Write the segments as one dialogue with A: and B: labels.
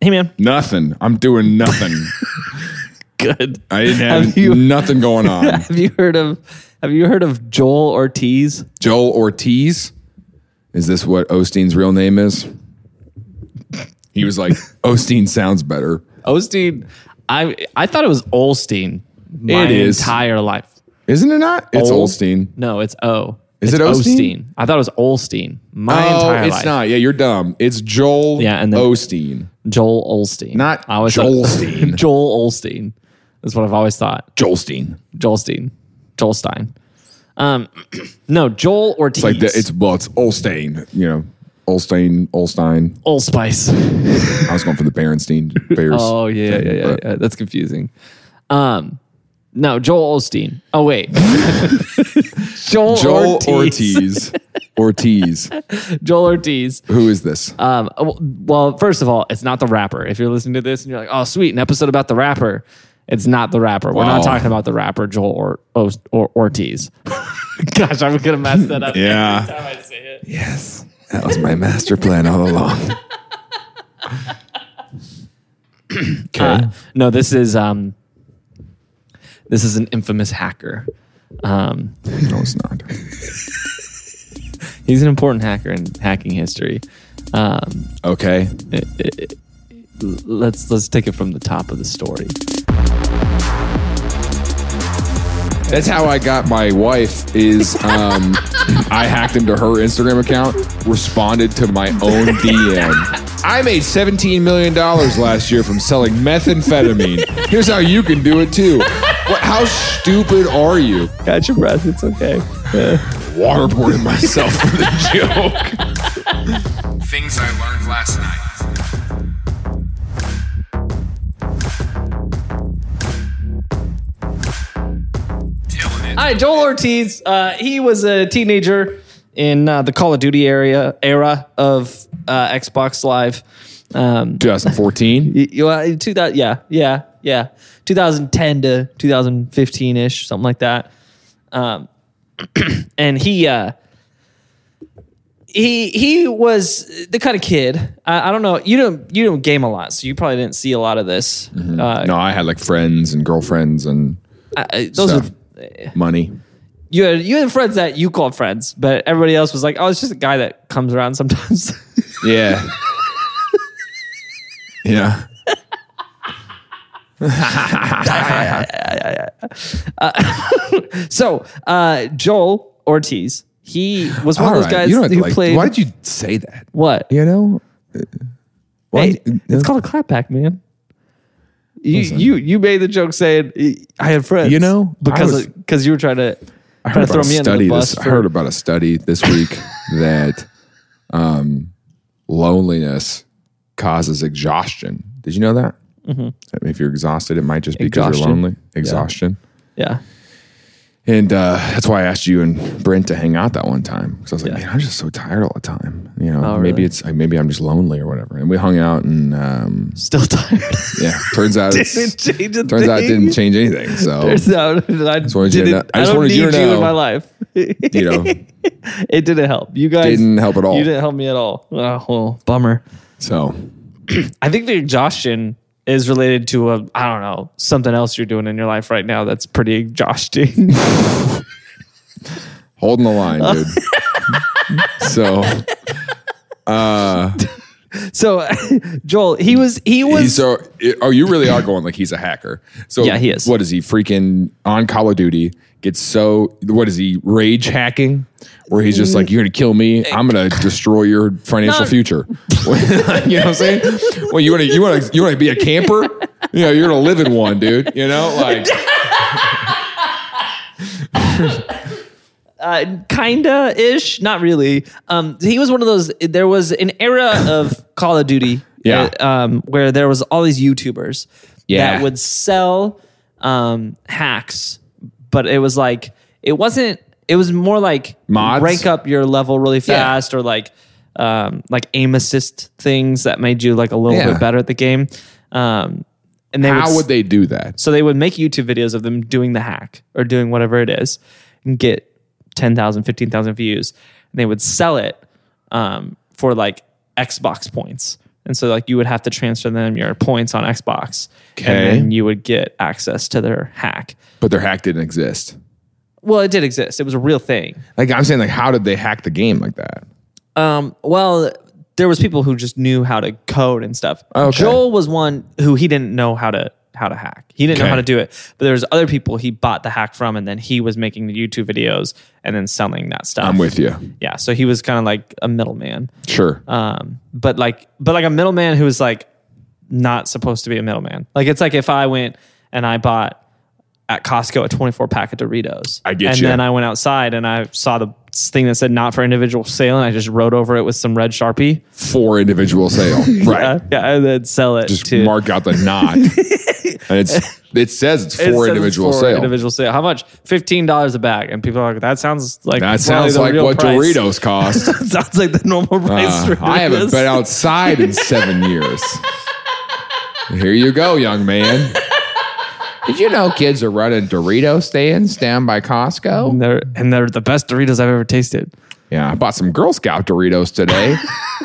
A: Hey, man.
B: Nothing. I'm doing nothing.
A: Good.
B: I didn't have,
A: Have you-
B: nothing going on.
A: Have you heard of Have you heard of Joel Ortiz?
B: Joel Ortiz. Is this what Osteen's real name is? He was like, Osteen sounds better.
A: Osteen. I I thought it was Olstein. My
B: It is.
A: entire life.
B: Isn't it not? It's
A: Ol-
B: Olstein.
A: No, it's O.
B: Is
A: It's
B: it Osteen?
A: I thought it was Olstein. My
B: Oh,
A: entire
B: it's
A: life.
B: not. Yeah, you're dumb. It's Joel
A: Yeah, and then-
B: Osteen.
A: Joel Olstein.
B: Not
A: I always thought-
B: Joelstein.
A: Joel Olstein. That's what I've always thought.
B: Jolstein.
A: Joelstein. Joelstein. Um, no, Joel Ortiz.
B: Like the, it's well, it's Olstein. You know, Olstein, Olstein.
A: Allspice.
B: I was going for the Berenstein Bears.
A: Oh yeah, yeah, yeah,
B: but-
A: yeah. That's confusing. Um, no, Joel Olstein. Oh wait, Joel,
B: Joel
A: Ortiz.
B: Ortiz. Ortiz.
A: Joel Ortiz.
B: Who is this?
A: Um, w- well, first of all, it's not the rapper. If you're listening to this and you're like, "Oh, sweet, an episode about the rapper," it's not the rapper. We're
B: Wow.
A: not talking about the rapper Joel or, or, or Ortiz. Gosh, I'm gonna mess that up.
B: Yeah.
A: Every time I say it.
B: Yes. That was my master plan all along. okay.
A: Uh, no, this is um, this is an infamous hacker. Um,
B: no, it's not.
A: he's an important hacker in hacking history. Um,
B: Okay.
A: let's let's take it from the top of the story.
B: That's how I got my wife is um, I hacked into her Instagram account, responded to my own DM. I made $17 million last year from selling methamphetamine. Here's how you can do it too. What, how stupid are you?
A: Catch your breath. It's okay.
B: Waterboarding myself for the joke.
C: Things I learned last night. Killing it.
A: Hi, Joel Ortiz. Uh, he was a teenager in uh, the Call of Duty area era of uh, Xbox Live. Um,
B: 2014.
A: y- you, uh, two thou- yeah, yeah, yeah. 2010 to 2015 ish, something like that. Um, and he uh, he he was the kind of kid. I, I don't know. You don't you don't game a lot, so you probably didn't see a lot of this. Uh,
B: No, I had like friends and girlfriends and
A: I- I- those
B: stuff.
A: are
B: money.
A: you had you had friends that you called friends, but everybody else was like, oh, it's just a guy that comes around sometimes.
B: Yeah. yeah.
A: so uh, Joel Ortiz, he was one
B: All
A: of those
B: right.
A: guys
B: you don't have to,
A: who
B: like-
A: played.
B: Why did you say that?
A: what?
B: You know? Uh, Why?
A: Hey, it's called a clapback, man. You
B: Listen.
A: you you made the joke saying I had friends,
B: You know, I
A: because
B: was-
A: because you were trying to
B: I
A: trying
B: heard
A: to
B: about
A: throw
B: a
A: me under
B: study.
A: the bus.
B: This, I
A: for-
B: heard about a study this week that um, loneliness causes exhaustion. Did you know that? If you're exhausted, it might just be because you're
A: Exhaustion.
B: lonely. Exhaustion.
A: yeah.
B: And uh, that's why I asked you and Brent to hang out that one time because I was like, man, I'm just so tired all the time. You know,
A: Oh,
B: maybe
A: really?
B: it's like, maybe I'm just lonely or whatever. And we hung out, and um,
A: Still tired.
B: yeah, turns out it's,
A: Didn't change a
B: turns out it
A: thing.
B: didn't change anything. So
A: Turns out that I,
B: wanted you to
A: didn't-
B: know- I
A: I
B: just
A: don't
B: wanted
A: need
B: you
A: you,
B: to
A: in
B: know.
A: my life.
B: you know,
A: it didn't help. You guys
B: didn't help at all.
A: You didn't help me at all. Oh, well, bummer.
B: so
A: I think the exhaustion is related to a I don't know something else you're doing in your life right now that's pretty exhausting.
B: holding the line, dude. so uh,
A: so, Joel, he was he was
B: he's so oh, you really are going like he's a hacker. So
A: Yeah, he is.
B: What is he freaking on Call of Duty? Gets so what is he rage hacking? Where he's just like, you're gonna kill me. I'm gonna destroy your financial
A: Not-
B: future. you know what I'm saying? Well, you wanna you wanna you wanna be a camper? You know, you're gonna live in one, dude. You know, like
A: uh, kinda ish, not really. Um, he was one of those. There was an era of Call of Duty,
B: Yeah.
A: uh, um, where there was all these YouTubers
B: Yeah.
A: that would sell um, hacks, but it was like it wasn't. It was more like
B: Mods?
A: rank up your level really fast, or like um, like aim assist things that made you like a little
B: Yeah.
A: bit better at the game. Um, and they
B: how
A: would
B: would they do that?
A: so they would make YouTube videos of them doing the hack or doing whatever it is and get 10,000, 15,000 views. And they would sell it um, for like Xbox points. And so like you would have to transfer them your points on Xbox.
B: Okay.
A: And then you would get access to their hack.
B: But their hack didn't exist.
A: Well, it did exist. It was a real thing.
B: Like I'm saying, like how did they hack the game like that?
A: Um, well, there was people who just knew how to code and stuff.
B: Okay.
A: Joel was one who he didn't know how to how to hack. He didn't know
B: Okay.
A: how to do it. But there was other people he bought the hack from, and then he was making the YouTube videos and then selling that stuff.
B: I'm with you.
A: Yeah, so he was kind of like a middleman.
B: Sure.
A: Um, but like, but like a middleman who was like not supposed to be a middleman. Like it's like if I went and I bought at Costco a 24 pack of Doritos.
B: I get
A: And
B: you.
A: then I went outside and I saw the thing that said not for individual sale, and I just wrote over it with some red sharpie.
B: For individual sale. right.
A: Uh, yeah, and then sell it
B: Just
A: to
B: mark out the not. and it's it says it's for
A: It says it's
B: individual
A: for
B: sale.
A: Individual sale. How much? Fifteen dollars a bag. And people are like, that sounds like
B: that
A: probably
B: sounds
A: the
B: like
A: real
B: what
A: price.
B: Doritos cost.
A: sounds like the normal price.
B: Uh,
A: for
B: I haven't
A: Doritos.
B: been outside in seven years. Here you go, young man. Did you know kids are running Dorito stands down by Costco?
A: And they're and they're the best Doritos I've ever tasted.
B: Yeah, I bought some Girl Scout Doritos today.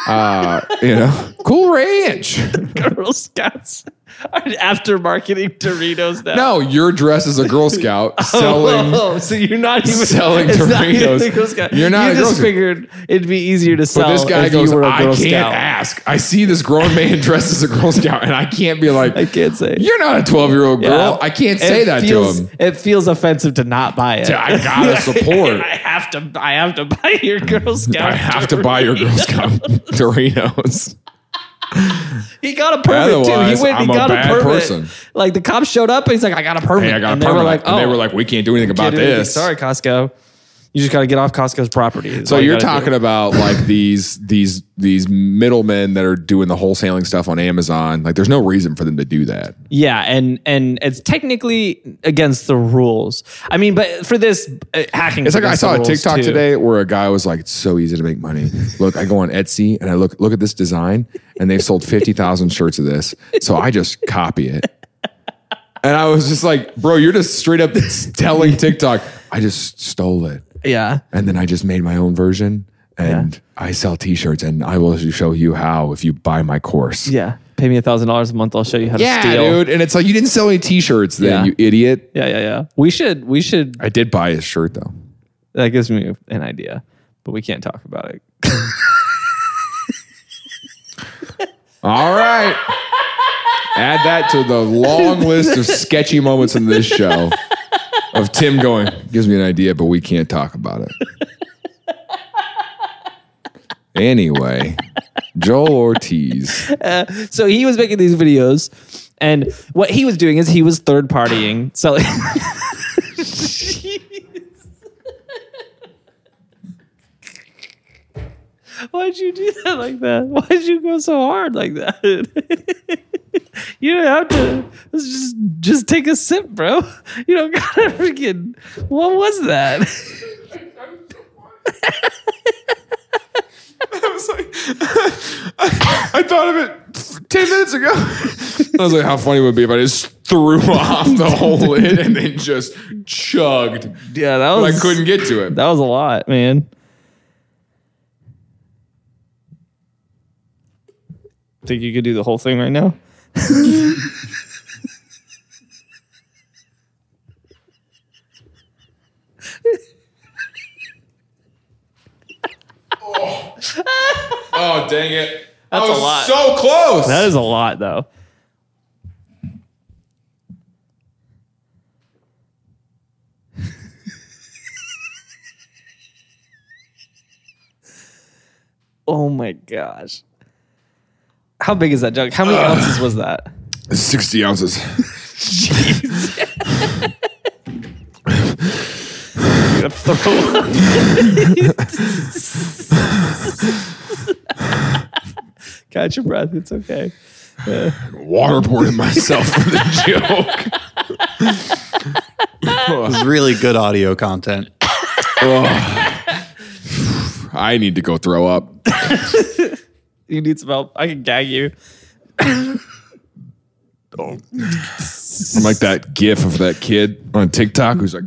B: uh, you know, Cool Ranch.
A: Girl Scouts are after marketing Doritos now.
B: No, you're dressed as a Girl Scout selling.
A: Oh, so you're not even
B: selling
A: it's not even
B: Doritos.
A: a Girl Scout.
B: You're not
A: You
B: a Girl
A: just
B: Scout.
A: figured it'd be easier to sell.
B: But this guy
A: if
B: goes,
A: you were a
B: I
A: Girl
B: can't
A: Scout.
B: ask. I see this grown man dressed as a Girl Scout, and I can't be like,
A: I can't say.
B: you're not a 12 year old girl.
A: Yeah.
B: I can't
A: It
B: say that
A: feels-
B: to him.
A: It feels offensive to not buy it.
B: I gotta support.
A: I have to. I have to buy your Girl Scout.
B: I have to buy your Girl
A: Doritos.
B: Scout Doritos.
A: He got a permit too.
B: Otherwise,
A: He went.
B: I'm
A: and
B: a
A: he got a,
B: bad
A: permit.
B: person.
A: Like the cops showed up and he's like, "I got a permit."
B: Hey, I got
A: and they
B: a permit.
A: were like, "Oh,
B: and they were like, we can't do anything about
A: can't do anything.
B: this.
A: Sorry, Costco. You just got to get off Costco's property. That's
B: So
A: all you
B: you're
A: gotta do.
B: talking about like these these these middlemen that are doing the wholesaling stuff on Amazon. Like, there's no reason for them to do that.
A: Yeah, and and it's technically against the rules. I mean, but for this uh, hacking,
B: It's like I
A: against
B: saw
A: the
B: a
A: rules,
B: TikTok
A: too.
B: today where a guy was like, "It's so easy to make money. Look, I go on Etsy and I look look at this design, and they've sold fifty thousand shirts of this. So I just copy it." And I was just like, "Bro, you're just straight up telling TikTok, I just stole it."
A: Yeah,
B: and then I just made my own version and I sell t-shirts and I will show you how if you buy my course.
A: yeah. Pay me a thousand dollars a month. I'll show you how to
B: Yeah,
A: steal.
B: dude. And it's like you didn't sell any t-shirts then,
A: Yeah.
B: you idiot.
A: Yeah, yeah, yeah. We should. We should.
B: I did buy his shirt though.
A: That gives me an idea, but we can't talk about it.
B: All right. Add that to the long list of sketchy moments in this show of Tim going, gives me an idea, but we can't talk about it. Anyway, Joel Ortiz.
A: So he was making these videos, and what he was doing is he was third partying. So. Why'd you do that like that? Why'd you go so hard like that? you don't have to. Let's just just take a sip, bro. You don't gotta freaking. What was that?
B: I thought of it 10 minutes ago. I was like, how funny it would it be if I just threw off the whole lid and then just chugged.
A: Yeah, that
B: I
A: was.
B: couldn't get to it.
A: That was a lot, man. Think you could do the whole thing right now?
B: Oh, dang it. That's
A: a lot.
B: so close.
A: That is a lot, though. oh my gosh. How big is that jug? How many ounces was that?
B: 60 ounces.
A: Gonna throw up. Catch your breath. It's okay.
B: Waterboarded myself for the joke.
D: It's really good audio content.
B: I need to go throw up.
A: You need some help. I can gag you.
B: I'm like that gif of that kid on TikTok who's like,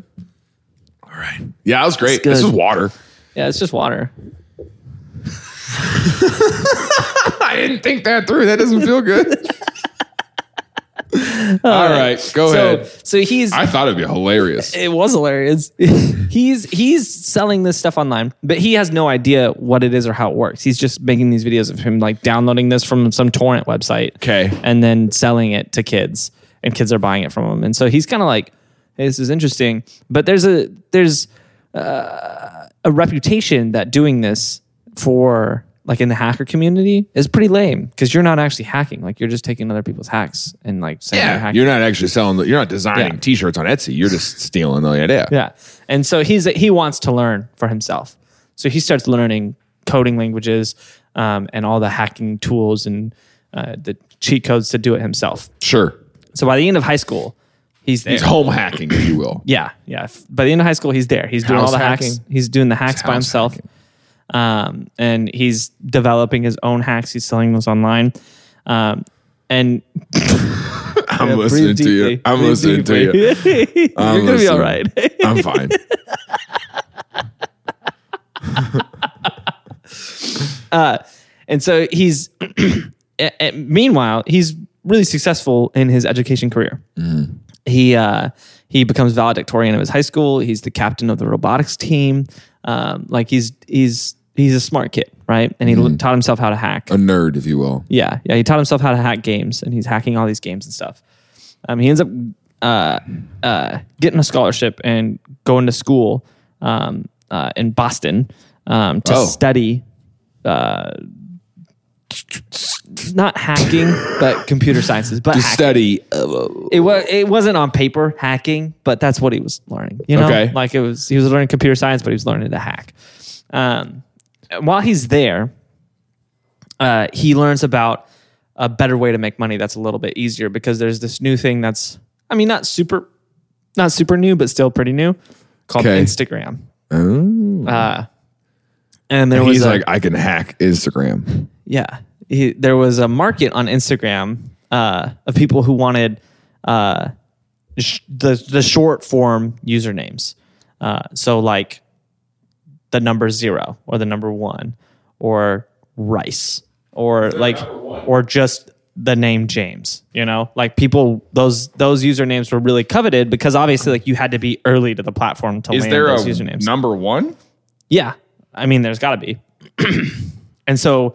B: all right. Yeah, that was great. This
A: good.
B: is water.
A: Yeah, it's just water.
B: I didn't think that through. That doesn't feel good. All right, go
A: So,
B: ahead.
A: so he's
B: I thought it'd be hilarious.
A: it was hilarious. he's he's selling this stuff online, but he has no idea what it is or how it works. He's just making these videos of him like downloading this from some torrent website,
B: Okay.
A: and then selling it to kids, and kids are buying it from him. And so he's kind of like, hey, "This is interesting," but there's a there's uh, a reputation that doing this for like in the hacker community is pretty lame because you're not actually hacking. Like you're just taking other people's hacks and like saying you're
B: Yeah,
A: hacking.
B: you're not actually selling. The, you're not designing
A: Yeah.
B: T-shirts on Etsy. You're just stealing the idea.
A: Yeah. And so he's he wants to learn for himself. So he starts learning coding languages um, and all the hacking tools and uh, the cheat codes to do it himself.
B: Sure,
A: So by the end of high school, he's there.
B: it's home hacking, if you will.
A: yeah, yeah. F- By the end of high school, he's there. He's doing
B: House
A: all the hacks.
B: hacking.
A: He's doing the hacks by
B: house
A: himself. Um, and he's developing his own hacks. He's selling those online. Um, and
B: I'm listening to you. I'm listening to you.
A: You're
B: I'm
A: going to be all
B: listening.
A: right.
B: I'm fine.
A: And so he's, and- and meanwhile, he's really successful in his education career. He uh, he becomes valedictorian of his high school. He's the captain of the robotics team. Um, like he's he's he's a smart kid, right? And he l- taught himself how to hack.
B: A nerd, if you will.
A: Yeah, yeah. He taught himself how to hack games, and he's hacking all these games and stuff. Um, he ends up uh, uh, getting a scholarship and going to school um, uh, in Boston um, to
B: Oh.
A: study uh, not hacking, but computer sciences. But
B: To
A: hacking.
B: study. uh,
A: it was it wasn't on paper hacking, but that's what he was learning. You know,
B: Okay.
A: like it was he was learning computer science, but he was learning to hack. Um, and while he's there, uh, he learns about a better way to make money that's a little bit easier because there's this new thing that's I mean not super not super new, but still pretty new called
B: Okay. Oh.
A: Instagram. Uh, and there was
B: He's
A: a-
B: like, I can hack Instagram.
A: yeah. He, there was a market on Instagram uh, of people who wanted uh, sh- the, the short form usernames. Uh, so, like the number zero or the number one or rice or like, or just the name James, you know, like people, those, those usernames were really coveted because obviously like you had to be early to the platform to land those usernames.
B: number one?
A: Yeah. I mean, there's got to be. and so,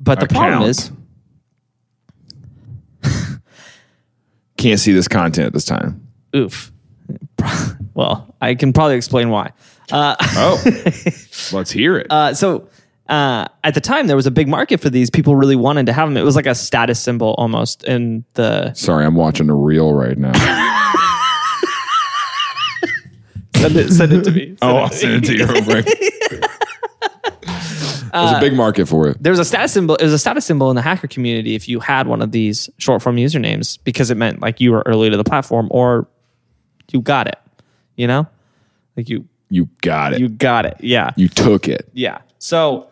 A: but the problem
B: Account.
A: is,
B: Can't see this content at this time.
A: oof. well, I can probably explain why.
B: Oh, let's hear it.
A: Uh, so, uh, at the time, there was a big market for these. People really wanted to have them. It was like a status symbol almost in the.
B: Sorry, I'm watching a reel right now.
A: Send it, send it to me.
B: oh, I'll send it to you real quick. There's a big market for it.
A: there was a status symbol. It was a status symbol in the hacker community if you had one of these short form usernames because it meant like you were early to the platform or you got it. You know, like you
B: You got it.
A: you
B: You,
A: got it. Yeah.
B: took it.
A: Yeah. So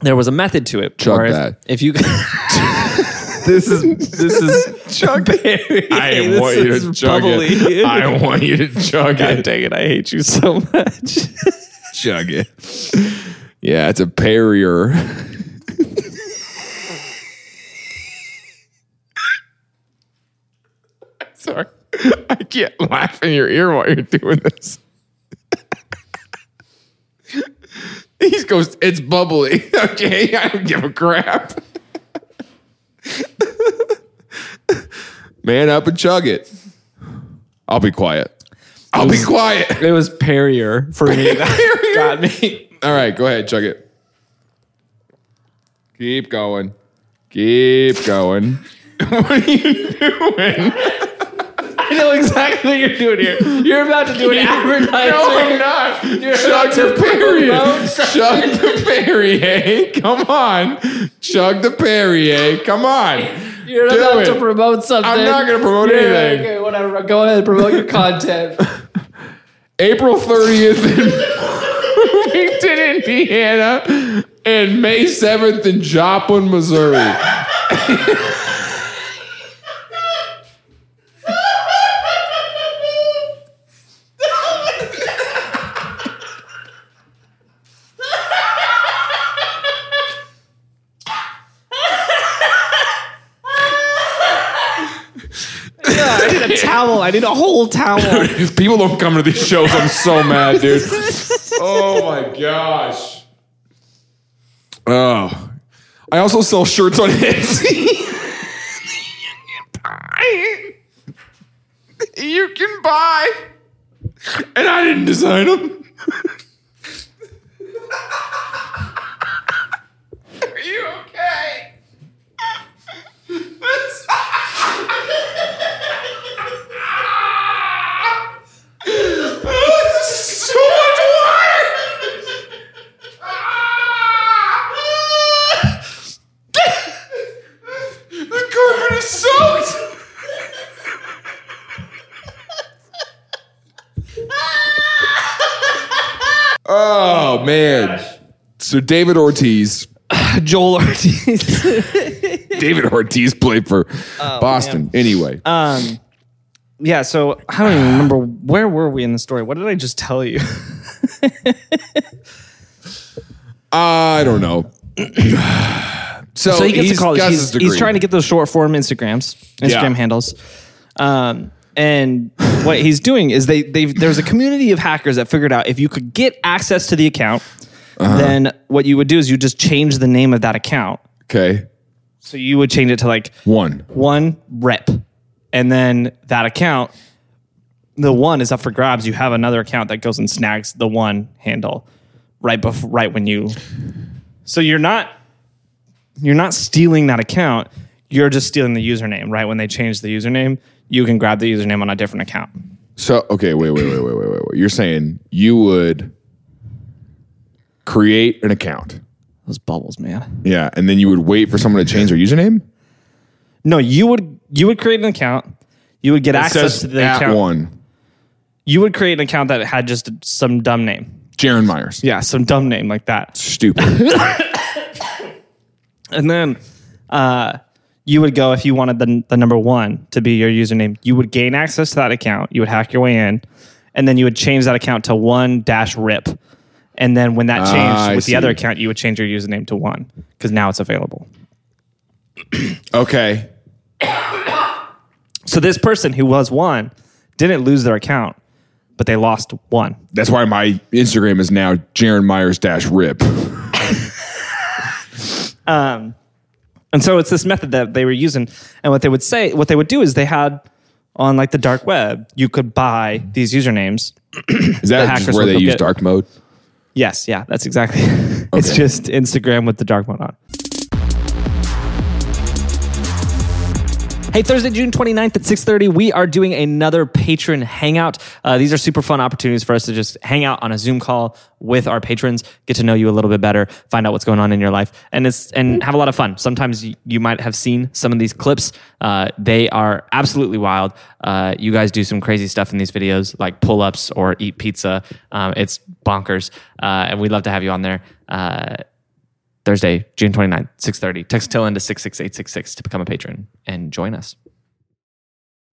A: there was a method to it.
B: Chug
A: where if,
B: that.
A: If you this is this is Chuck Berry. This is bubbly.
B: want you to chug
A: God dang it! I hate you so much.
B: Chug it. Yeah, it's a Perrier. Sorry. I can't laugh in your ear while you're doing this. he goes, it's bubbly. Okay, I don't give a crap. Man up and chug it. I'll be quiet. I'll be quiet.
A: it was Perrier for me. That got me.
B: All right, go ahead, chug it. Keep going. Keep going. what are you doing?
A: I know exactly what you're doing here. You're about to do an advertisement.
B: No, I'm not. chug the Perrier. Chug the Perrier. Come on. Chug the Perrier. Come on.
A: You're
B: Do
A: about
B: it.
A: to promote something.
B: I'm not going to promote anything.
A: Okay, whatever. Go ahead, promote your content.
B: April 30th in Bloomington, Indiana, and May 7th in Joplin, Missouri.
A: I need a towel. I need a whole towel.
B: If people don't come to these shows, I'm so mad, dude. Oh my gosh. Oh. I also sell shirts on Etsy. you can buy. And I didn't design them. Are you okay? this is so much water! Ah! the carpet is soaked! oh, man. So, David Ortiz.
A: Joel Ortiz.
B: David Ortiz played for
A: Oh,
B: Boston. Anyway,
A: Um, yeah, so I don't even remember where were we in the story. What did I just tell you?
B: I don't know. so,
A: so he gets
B: he's
A: to college.
B: got his
A: He's,
B: degree.
A: he's trying to get those short form Instagrams, Instagram
B: Yeah.
A: handles. Um, and what he's doing is they they there's a community of hackers that figured out if you could get access to the account,
B: Uh-huh.
A: then what you would do is you just change the name of that account.
B: Okay,
A: So you would change it to like
B: one.
A: one rep, and then that account, the one is up for grabs. You have another account that goes and snags the one handle right before, right when you. So you're not you're not stealing that account. You're just stealing the username. Right when they change the username, you can grab the username on a different account.
B: So okay, wait, wait, wait, wait, wait, wait. wait. You're saying you would create an account,
A: Those bubbles, man.
B: yeah, and then you would wait for someone to change their username.
A: No, you would you would create an account. You would get access to the
B: at
A: account.
B: one,
A: You would create an account that had just some dumb name.
B: Jaron Myers.
A: Yeah, some dumb name like that.
B: stupid.
A: And then uh, you would go if you wanted the, the number one to be your username. You would gain access to that account. You would hack your way in, and then you would change that account to one dash rip. And then when that changed
B: Ah, I
A: with
B: see.
A: the other account, you would change your username to one because now it's available.
B: okay,
A: So this person who was one didn't lose their account, but they lost one.
B: that's why my Instagram is now Jaron Myers dash Rip.
A: And so it's this method that they were using. And what they would say, what they would do is they had on like the dark web, you could buy these usernames
B: Is that
A: hackers
B: just where
A: will
B: they
A: go
B: use
A: get-
B: dark mode?
A: Yes, yeah, that's exactly. it's
B: Okay.
A: just Instagram with the dark mode on. Hey, Thursday, June 29th at 6.30, we are doing another patron hangout. Uh, these are super fun opportunities for us to just hang out on a Zoom call with our patrons, get to know you a little bit better, find out what's going on in your life, and it's and have a lot of fun. Sometimes you, you might have seen some of these clips. Uh, they are absolutely wild. Uh, you guys do some crazy stuff in these videos, like pull-ups or eat pizza. Um, it's bonkers, uh, and we'd love to have you on there. Uh, Thursday, June 29th, 6.30. Text TILLIN to 66866 to become a patron and join us.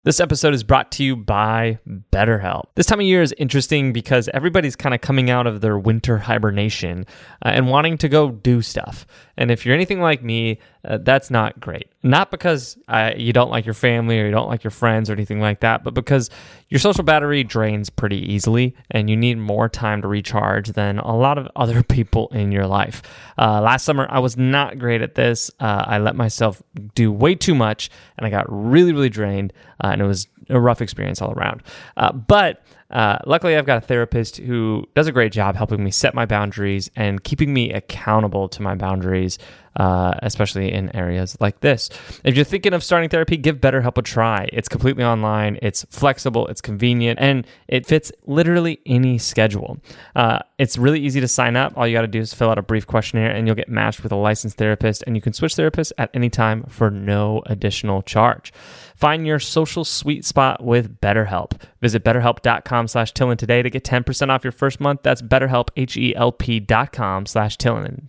E: This episode is brought to you by BetterHelp. This time of year is interesting because everybody's kind of coming out of their winter hibernation uh, and wanting to go do stuff. And if you're anything like me, uh, that's not great. Not because uh, you don't like your family or you don't like your friends or anything like that, but because your social battery drains pretty easily and you need more time to recharge than a lot of other people in your life. Uh, last summer, I was not great at this. Uh, I let myself do way too much and I got really, really drained, uh, and it was a rough experience all around. Uh, but uh, luckily, I've got a therapist who does a great job helping me set my boundaries and keeping me accountable to my boundaries, uh, especially in areas like this. If you're thinking of starting therapy, give BetterHelp a try. It's completely online, it's flexible, it's convenient, and it fits literally any schedule. Uh, it's really easy to sign up. All you got to do is fill out a brief questionnaire, and you'll get matched with a licensed therapist, and you can switch therapists at any time for no additional charge. Find your social sweet spot with BetterHelp. Visit betterhelp.com slash Tillin today to get 10% off your first month. That's betterhelp, H-E-L-P dot com slash Tillin,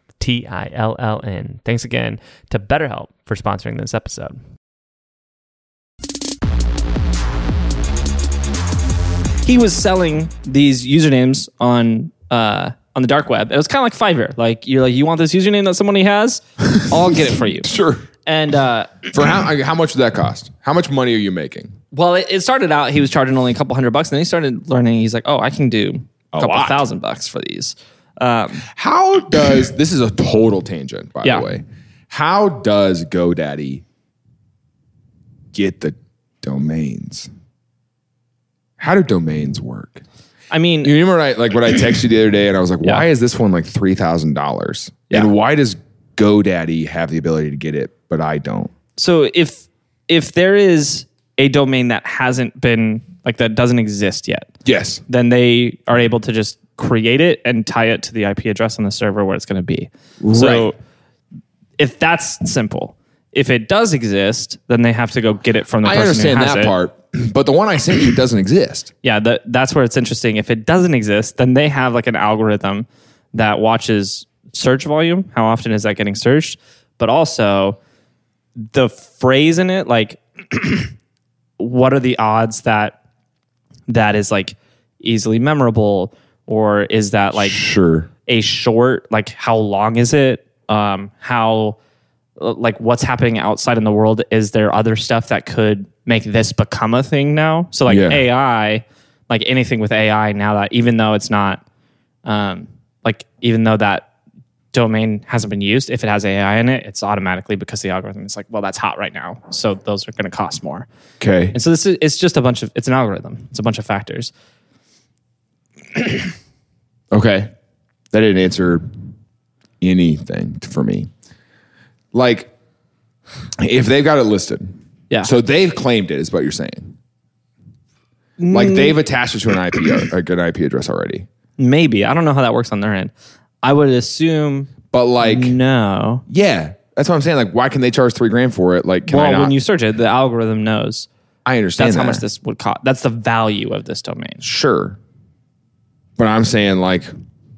E: T-I-L-L-N. Thanks again to BetterHelp for sponsoring this episode.
A: he was selling these usernames on uh, on the dark web. It was kind of like Fiverr. Like you're like, you want this username that somebody has? I'll get it for you.
B: Sure.
A: And uh,
B: For how how much would that cost? How much money are you making?
A: Well, it, it started out he was charging only a couple hundred bucks, and then he started learning. He's like, oh, I can do a, couple
B: lot.
A: thousand bucks for these. Um,
B: How does this is a total tangent, by
A: Yeah.
B: the way. How does GoDaddy get the domains? How do domains work?
A: I mean,
B: You remember I, like what I texted you the other day, and I was like, "Why is this one like three thousand dollars?
A: Yeah.
B: And why does GoDaddy have the ability to get it, but I don't?"
A: so if if there is a domain that hasn't been like that doesn't exist yet,
B: Yes,
A: then they are able to just create it and tie it to the IP address on the server where it's going to be. So
B: Right.
A: if that's simple, if it does exist, then they have to go get it from the
B: I
A: person
B: understand
A: who has
B: that
A: it.
B: part, but the one I sent you doesn't exist.
A: Yeah, that that's where it's interesting. If it doesn't exist, then they have like an algorithm that watches search volume. How often is that getting searched? But also the phrase in it, like what are the odds that that is like easily memorable or is that like
B: Sure,
A: a short like how long is it um how like what's happening outside in the world is there other stuff that could make this become a thing now so like
B: Yeah.
A: ai like anything with ai now that even though it's not um like even though that domain hasn't been used if it has ai in it it's automatically because the algorithm is like well that's hot right now so those are going to cost more
B: okay.
A: and so this is it's just a bunch of it's an algorithm it's a bunch of factors
B: Okay. That didn't answer anything t- for me. Like, if they've got it listed,
A: yeah
B: so they've claimed it, is what you're saying. Like,
A: Mm.
B: they've attached it to an IP, like an IP address already.
A: Maybe. I don't know how that works on their end. I would assume
B: But, like,
A: Mm. no.
B: yeah, that's what I'm saying. Like, why can they charge three grand for it? Like, can I
A: Well,
B: not?
A: when you search it, the algorithm knows.
B: I understand
A: That's how
B: that.
A: much this would cost. That's the value of this domain.
B: Sure. But I'm saying, like,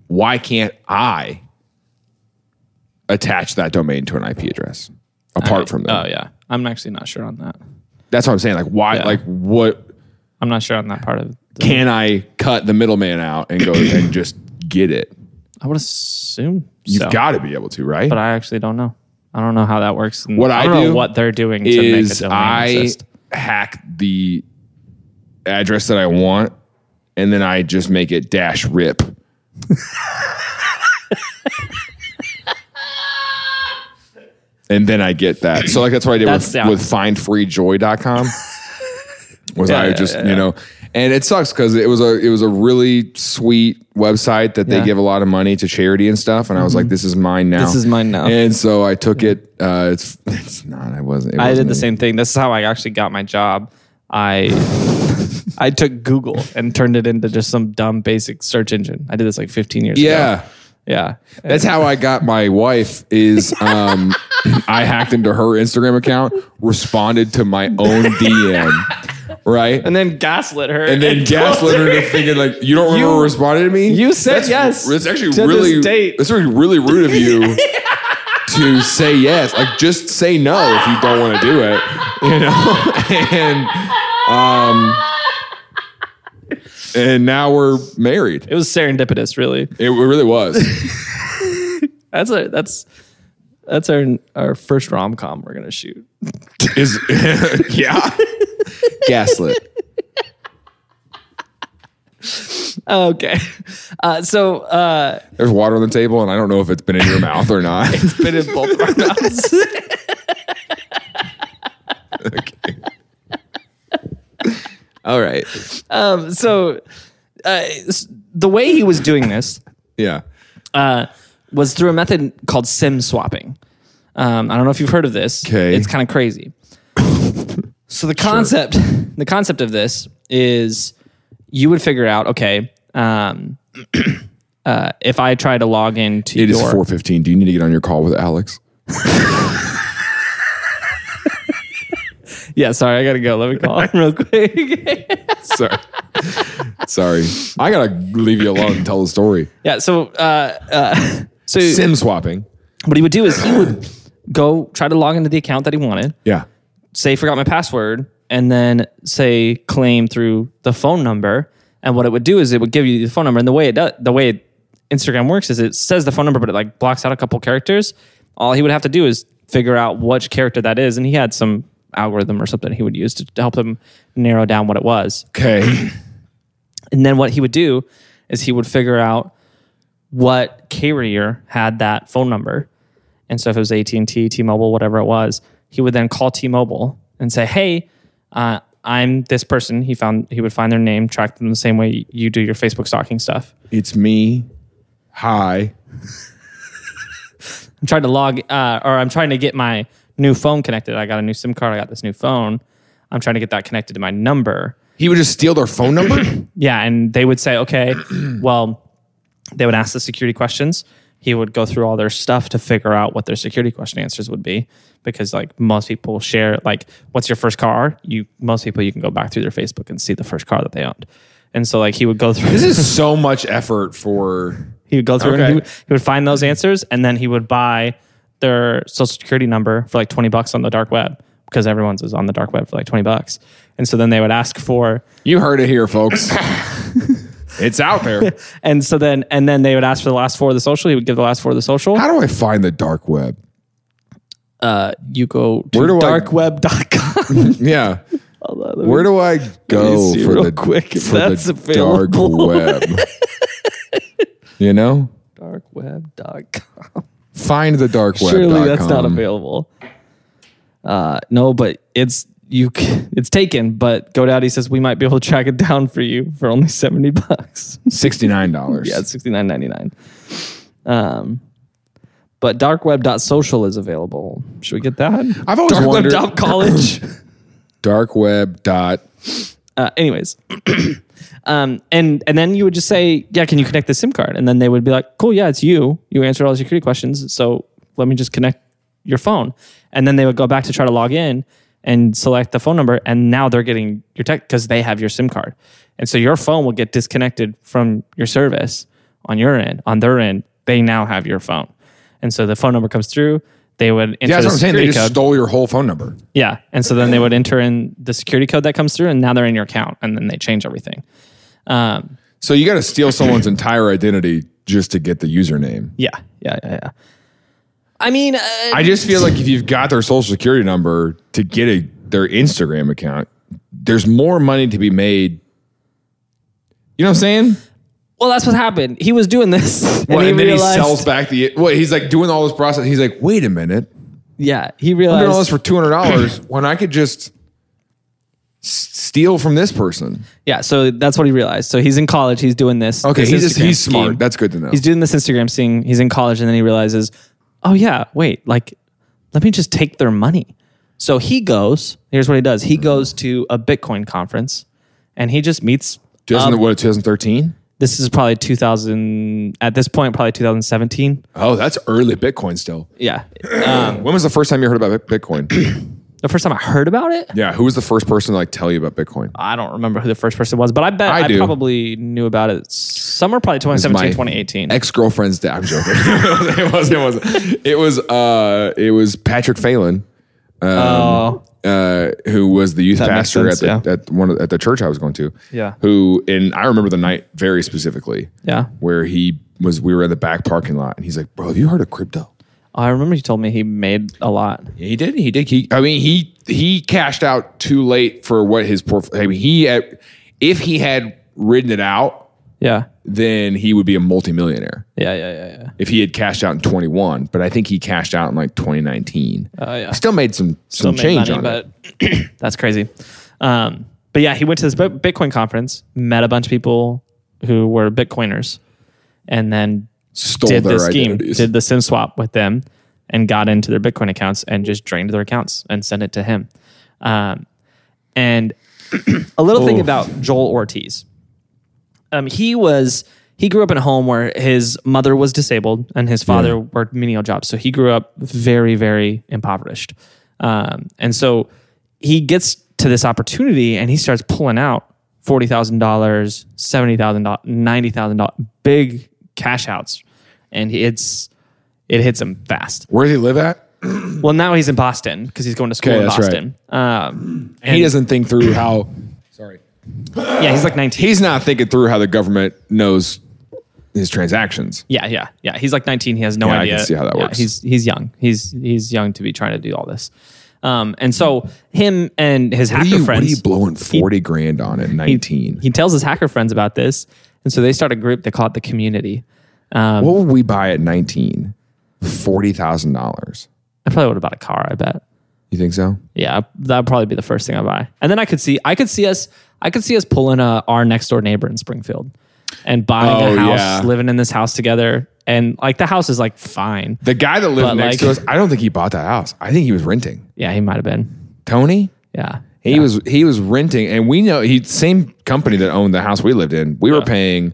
B: why can't I attach that domain to an IP address apart from that?
A: Oh yeah. I'm actually not sure on that.
B: That's what I'm saying. Like, why?
A: Yeah.
B: Like, what?
A: I'm not sure on that part of the,
B: can I cut the middleman out and go and just get it?
A: I would assume
B: You've
A: so,
B: got to be able to, right?
A: but I actually don't know. I don't know how that works. and
B: What I
A: don't know
B: do
A: what they're doing to make a
B: Is
A: domain
B: I
A: exist.
B: hack the address that I want, and then I just make it dash rip. and then I get that. So like that's what I did
A: That
B: with,
A: sounds-
B: with findfreejoy.com. was I just, you know, and it sucks because it was a it was a really sweet website that they
A: Yeah. Mm-hmm.
B: give a lot of money to charity and stuff. And I was like, this is mine now.
A: This is mine now.
B: And so I took it. Uh, it's it's not. I wasn't. it
A: I did
B: wasn't
A: the
B: me.
A: same thing. This is how I actually got my job. I I took Google and turned it into just some dumb basic search engine. I did this like 15 years ago.
B: Yeah.
A: Yeah. Yeah.
B: That's how I got my wife. Is um, I hacked into her Instagram account, responded to my own DM, right,
A: And then gaslit her.
B: and then gaslit her into thinking like you don't remember
A: You-
B: responding to me.
A: you said
B: that's,
A: yes
B: That's actually
A: to this
B: really
A: date.
B: that's really really rude of you to say yes. Like just say no if you don't want to do it, you know. and um, and now we're married.
A: It was serendipitous, really.
B: It really was.
A: That's our that's that's our our first rom com we're gonna shoot.
B: Is yeah, gaslit.
A: Okay. Uh, so uh
B: There's water on the table, and I don't know if it's been in your mouth or not.
A: been in both of our mouths.
B: All right.
A: Um, so uh, s- the way he was doing this
B: Yeah.
A: uh, was through a method called sim swapping. Um, I don't know if you've heard of this.
B: 'Kay.
A: It's kind of crazy. so the concept, the concept of this is, you would figure out, okay, um, uh, if I try to log into
B: It is
A: your,
B: four fifteen. Do you need to get on your call with Alex?
A: yeah, sorry, I gotta go. Let me call him real quick.
B: Sorry. Sorry. I gotta leave you alone and tell the story.
A: yeah, so, uh, uh, so
B: Sim swapping.
A: what he would do is he would go try to log into the account that he wanted.
B: Yeah.
A: say forgot my password and then say claim through the phone number and what it would do is it would give you the phone number and the way it does, the way Instagram works is it says the phone number but it like blocks out a couple characters all he would have to do is figure out which character that is and he had some algorithm or something he would use to, to help him narrow down what it was.
B: Okay.
A: And then what he would do is he would figure out what carrier had that phone number. And so if it was AT&T, T-Mobile, whatever it was, he would then call T-Mobile and say, "Hey, uh, I'm this person." He found he would find their name, track them the same way you do your Facebook stalking stuff.
B: It's me. Hi.
A: I'm trying to log, uh, or I'm trying to get my new phone connected. I got a new SIM card. I got this new phone. I'm trying to get that connected to my number.
B: He would just steal their phone number?
A: Yeah, and they would say, okay, well, they would ask the security questions. He would go through all their stuff to figure out what their security question answers would be, because like most people share, like, what's your first car? You most people you can go back through their Facebook and see the first car that they owned, and so like he would go through.
B: this is so much effort for.
A: He would go through and
B: Okay.
A: he would, he would find those answers, and then he would buy their social security number for like twenty bucks on the dark web because everyone's is on the dark web for like twenty bucks, and so then they would ask for,
B: You heard it here, folks. it's out there.
A: and so then and then they would ask for the last four of the social. He would give the last four of the social.
B: How do I find the dark web?
A: Uh, you go to
B: Where do I-
A: darkweb.com.
B: Yeah. Where do I go
A: see
B: for
A: real
B: the
A: quick if
B: for the
A: that's available.
B: dark web? you know,
A: darkweb.com.
B: find the dark web.
A: Surely that's not available. Uh, no, but it's you. c- It's taken. But GoDaddy says we might be able to track it down for you for only seventy bucks.
B: Sixty nine dollars.
A: Yeah, it's sixty nine ninety nine. Um, but darkweb.social is available. Should we get that?
B: I've always wondered-
A: Darkweb.college.
B: dark web dot.
A: uh, anyways, um, and and then you would just say, yeah, can you connect the SIM card? And then they would be like, cool, yeah, it's you. You answered all the security questions, so let me just connect your phone. And then they would go back to try to log in and select the phone number, and now they're getting your tech because they have your SIM card, and so your phone will get disconnected from your service on your end, on their end. They now have your phone, and so the phone number comes through. They would enter
B: Yeah, that's
A: the
B: what I'm saying. They
A: security
B: just
A: code.
B: stole your whole phone number.
A: Yeah. And so then they would enter in the security code that comes through, and now they're in your account, and then they change everything. Um,
B: So you got to steal someone's entire identity just to get the username.
A: yeah. Yeah. Yeah. Yeah. I mean, uh,
B: I just feel like if you've got their social security number to get a, their Instagram account, there's more money to be made. You know what I'm saying?
A: well, that's what happened. He was doing this. And,
B: Well,
A: he
B: and then
A: realized,
B: he sells back the. Well, he's like doing all this process. He's like, wait a minute,
A: Yeah. He
B: I'm doing all this
A: realized.
B: for two hundred dollars when I could just s- steal from this person.
A: Yeah. So that's what he realized. So he's in college. He's doing this.
B: Okay,
A: this
B: he's just,
A: Instagram
B: he's
A: scheme.
B: smart. That's good to know.
A: He's doing this Instagram thing. He's in college, and then he realizes, oh yeah, wait, like, let me just take their money. So he goes. Here's what he does. He goes to a Bitcoin conference, and he just meets.
B: Doesn't
A: um,
B: what 2013?
A: this is probably 2000 at this point probably 2017
B: Oh, that's early Bitcoin still.
A: yeah
B: When was the first time you heard about Bi- Bitcoin?
A: the first time i heard about it
B: yeah, who was the first person to like tell you about Bitcoin?
A: i don't remember who the first person was but i bet
B: I
A: i,
B: do.
A: probably knew about it summer probably
B: my
A: 2017 2018
B: Ex girlfriend's dad. I'm joking. it was. It was. It was. Uh, it was Patrick Phelan, um,
A: oh
B: uh, who was the youth
A: makes
B: pastor
A: sense,
B: at the at one of, at the church I was going to.
A: Yeah.
B: Who and I remember the night very specifically.
A: yeah
B: Where he was, we were in the back parking lot, and he's like, "Bro, have you heard of crypto?"
A: i remember you told me he made a lot
B: He did. He did. He. I mean, he he cashed out too late for what his portfolio. I mean, he had, if he had ridden it out,
A: yeah
B: then he would be a multimillionaire.
A: yeah yeah yeah yeah
B: If he had cashed out in 21, but I think he cashed out in like 2019.
A: Oh, yeah.
B: He still made some some
A: made
B: change
A: money,
B: on it.
A: but that's crazy. Um, but yeah, he went to this Bi- Bitcoin conference, met a bunch of people who were Bitcoiners, and then
B: Stole
A: did
B: their
A: this scheme,
B: identities.
A: did the SIM swap with them, and got into their Bitcoin accounts and just drained their accounts and sent it to him. Um, and a little thing about Joel Ortiz. Um, he was he grew up in a home where his mother was disabled and his father worked menial jobs, so he grew up very very impoverished. Um, and so he gets to this opportunity and he starts pulling out forty thousand dollars, seventy thousand dollars, ninety thousand dollars, big cash outs, and it's it hits him fast.
B: Where does he live at?
A: Well, now he's in Boston because he's going to school
B: Okay,
A: in
B: that's right.
A: Boston. Um,
B: he doesn't think through how. Sorry.
A: yeah, he's like nineteen.
B: He's not thinking through how the government knows his transactions.
A: Yeah, yeah, yeah. He's like 19. He has no
B: Yeah, I
A: idea.
B: can see how that
A: Yeah,
B: works.
A: he's he's young. He's he's young to be trying to do all this. Um, and so him and his
B: What are,
A: hacker
B: you, what are
A: friends.
B: you blowing 40 grand on at 19?
A: He tells his hacker friends about this, and so they start a group they call it the community.
B: what would we buy at 19? $40,000.
A: I probably would have bought a car. I bet.
B: You think so?
A: Yeah, that would probably be the first thing I buy. And then I could see, I could see us, I could see us pulling a, our next door neighbor in Springfield and buying
B: Oh,
A: a house,
B: yeah.
A: living in this house together, and like the house is like fine.
B: The guy that lived
A: But,
B: next
A: like-
B: to us, I don't think he bought that house. I think he was renting.
A: Yeah, he might have been.
B: Tony?
A: Yeah,
B: He was he was renting, and we know he same company that owned the house we lived in. We were paying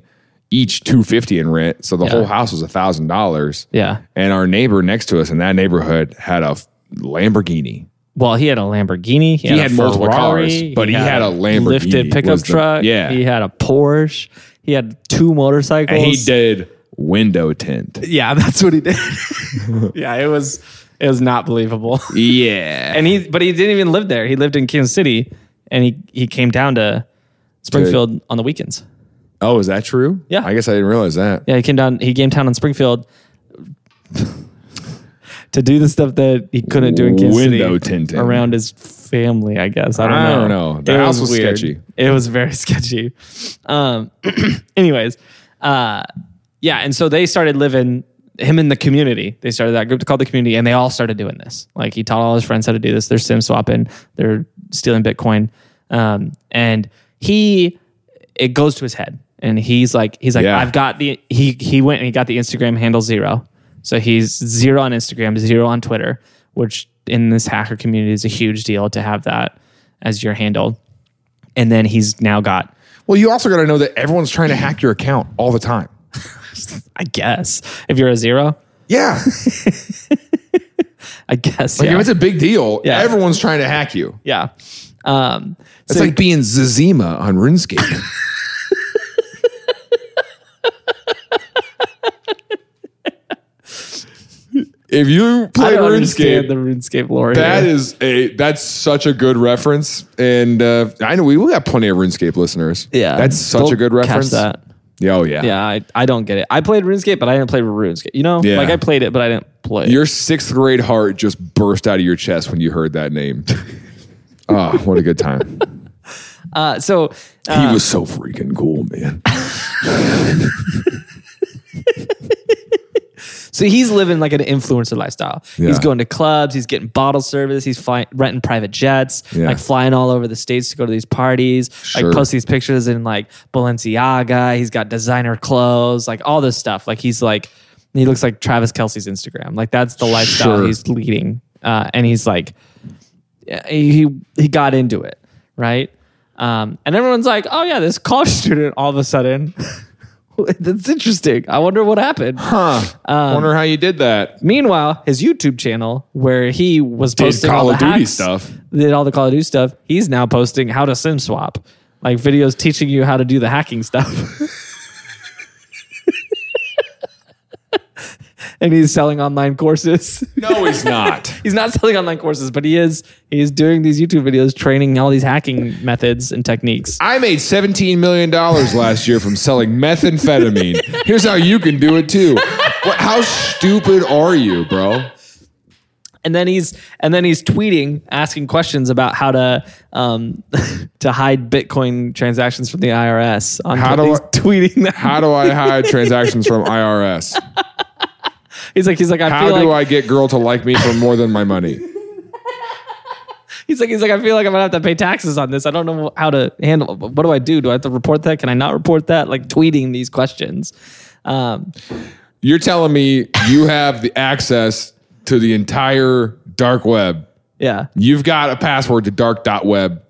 B: each two fifty in rent, so the whole house was thousand dollars.
A: yeah.
B: and our neighbor next to us in that neighborhood had a f- Lamborghini.
A: Well, he had a Lamborghini.
B: He
A: had,
B: had
A: a
B: multiple
A: Ferrari,
B: cars, but he had a Lamborghini
A: lifted pickup
B: was the-
A: truck.
B: yeah.
A: he had a Porsche. He had two motorcycles.
B: And he did window tint.
A: Yeah, that's what he did. yeah, it was it was not believable.
B: Yeah,
A: and he but he didn't even live there. He lived in Kansas City and he he came down to Springfield on the weekends.
B: oh, is that true?
A: Yeah.
B: I guess I didn't realize that.
A: Yeah, he came down he came down on Springfield to do the stuff that he couldn't do in Kansas
B: Window
A: City
B: tinting.
A: around his family, I guess. I don't
B: I
A: know.
B: don't know. The house was sketchy.
A: It was very sketchy. Um anyways, uh yeah, and so they started living him in the community. They started that group called the community, and they all started doing this. Like he taught all his friends how to do this. They're sim swapping. They're stealing Bitcoin. Um, and he, it goes to his head, and he's like, he's like,
B: Yeah.
A: I've got the. He he went and he got the Instagram handle zero. So he's zero on Instagram, zero on Twitter, which in this hacker community is a huge deal to have that as your handle. And then he's now got
B: Well, you also got to know that everyone's trying to hack your account all the time.
A: I guess if you're a zero,
B: Yeah,
A: I guess
B: like
A: yeah.
B: if it's a big deal,
A: Yeah.
B: everyone's trying to hack you.
A: yeah. Um,
B: It's like being Zazima on RuneScape. if you
A: I
B: play
A: don't understand
B: RuneScape,
A: the RuneScape lore.
B: that
A: here.
B: is a that's such a good reference, and uh, I know we we got plenty of RuneScape listeners.
A: yeah,
B: that's such
A: They'll
B: a good
A: catch
B: reference.
A: that.
B: Yeah, oh yeah,
A: Yeah, I, I don't get it. I played RuneScape, but I didn't play RuneScape. You know,
B: Yeah.
A: like I played it, but I didn't play. it.
B: Your sixth grade heart just burst out of your chest when you heard that name. Ah, what a good time!
A: Uh, so uh,
B: he was so freaking cool, man.
A: so he's living like an influencer lifestyle.
B: Yeah.
A: He's going to clubs. He's getting bottle service. He's flying, renting private jets.
B: Yeah.
A: Like flying all over the states to go to these parties.
B: Sure.
A: Like post these pictures in like Balenciaga. He's got designer clothes. Like all this stuff. Like he's like he looks like Travis Kelsey's Instagram. Like that's the lifestyle
B: Sure.
A: he's leading. Uh, and he's like he he got into it, right? Um, and everyone's like, "Oh yeah, this college student all of a sudden, that's interesting. I wonder what happened."
B: Huh? Wonder how you did that.
A: Meanwhile, his YouTube channel, where he was
B: Did
A: posting
B: Call
A: all
B: of
A: the
B: Duty
A: hacks,
B: stuff.
A: did all the Call of Duty stuff. He's now posting how to sim swap, like videos teaching you how to do the hacking stuff. and he's selling online courses.
B: No, he's not.
A: he's not selling online courses, but he is he's doing these YouTube videos training all these hacking methods and techniques.
B: I made $17 million last year from selling methamphetamine. Here's how you can do it too. What, how stupid are you, bro?
A: And then he's and then he's tweeting asking questions about how to um, to hide Bitcoin transactions from the IRS on
B: How do
A: he's
B: I-
A: tweeting that.
B: How do I hide transactions from IRS?
A: he's like he's like I
B: How
A: feel
B: do
A: like
B: I get girl to like me for more than my money?
A: he's like he's like I feel like I'm gonna have to pay taxes on this. I don't know how to handle. What do I do? Do I have to report that? Can I not report that? Like tweeting these questions. Um,
B: You're telling me you have the access to the entire dark web.
A: yeah,
B: You've got a password to dark.web.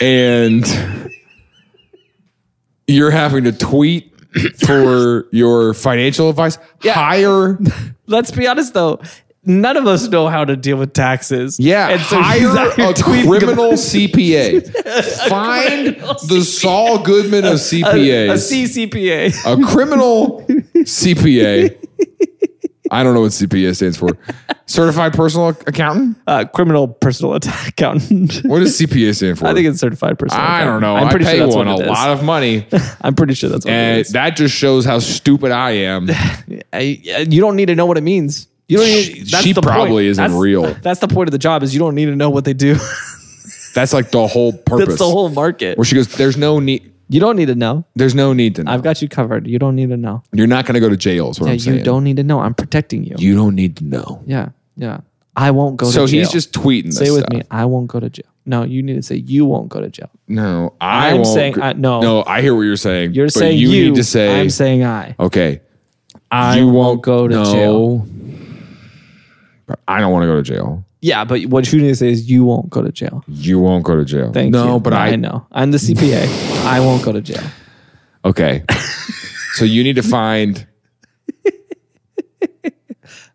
B: and you're having to tweet for your financial advice. Hire
A: let's be honest though. None of us know how to deal with taxes.
B: Yeah,
A: and so he's
B: hire
A: out here
B: a
A: tweeting about-
B: criminal CPA. Find the Saul Goodman of
A: a, a
B: CPAs. A
A: CCPA.
B: criminal CPA. I don't know what CPA stands for. Certified personal accountant.
A: uh, criminal personal attack accountant.
B: What does CPA stand for?
A: I think it's certified personal.
B: I
A: accountant.
B: don't know.
A: I'm
B: i
A: pretty
B: pay
A: sure that's
B: one
A: what it
B: a
A: is.
B: lot of money,
A: I'm pretty sure that's what
B: and
A: it is.
B: that just shows how stupid I am.
A: I- you don't need to know what it means. You don't
B: She,
A: need, that's
B: she
A: the
B: probably
A: point.
B: isn't
A: That's-
B: real.
A: That's the point of the job is you don't need to know what they do.
B: That's like the whole purpose.
A: that's the whole market.
B: Where she goes, there's no need.
A: You don't need to know.
B: There's no need to. Know.
A: I've got you covered. You don't need to know.
B: You're not going to go to jail. Is what
A: Yeah,
B: I'm saying.
A: you don't need to know. I'm protecting you.
B: You don't need to know.
A: yeah, yeah. I won't go
B: So
A: to jail.
B: he's just tweeting. This
A: say it with
B: stuff.
A: me. I won't go to jail. No, you need to say you won't go to jail.
B: No, I
A: I'm
B: won't
A: saying-
B: gr-
A: I- no.
B: No, I hear what you're saying.
A: You're
B: but
A: saying
B: you,
A: you,
B: need to say.
A: I'm saying I.
B: okay.
A: I
B: you
A: won't, go to
B: no.
A: jail.
B: I don't want to go to jail.
A: Yeah, but what you need to say is you won't go to jail.
B: You won't go to jail.
A: Thank
B: no,
A: you.
B: but I,
A: know. I'm the CPA. I won't go to jail.
B: Okay. so you need to find.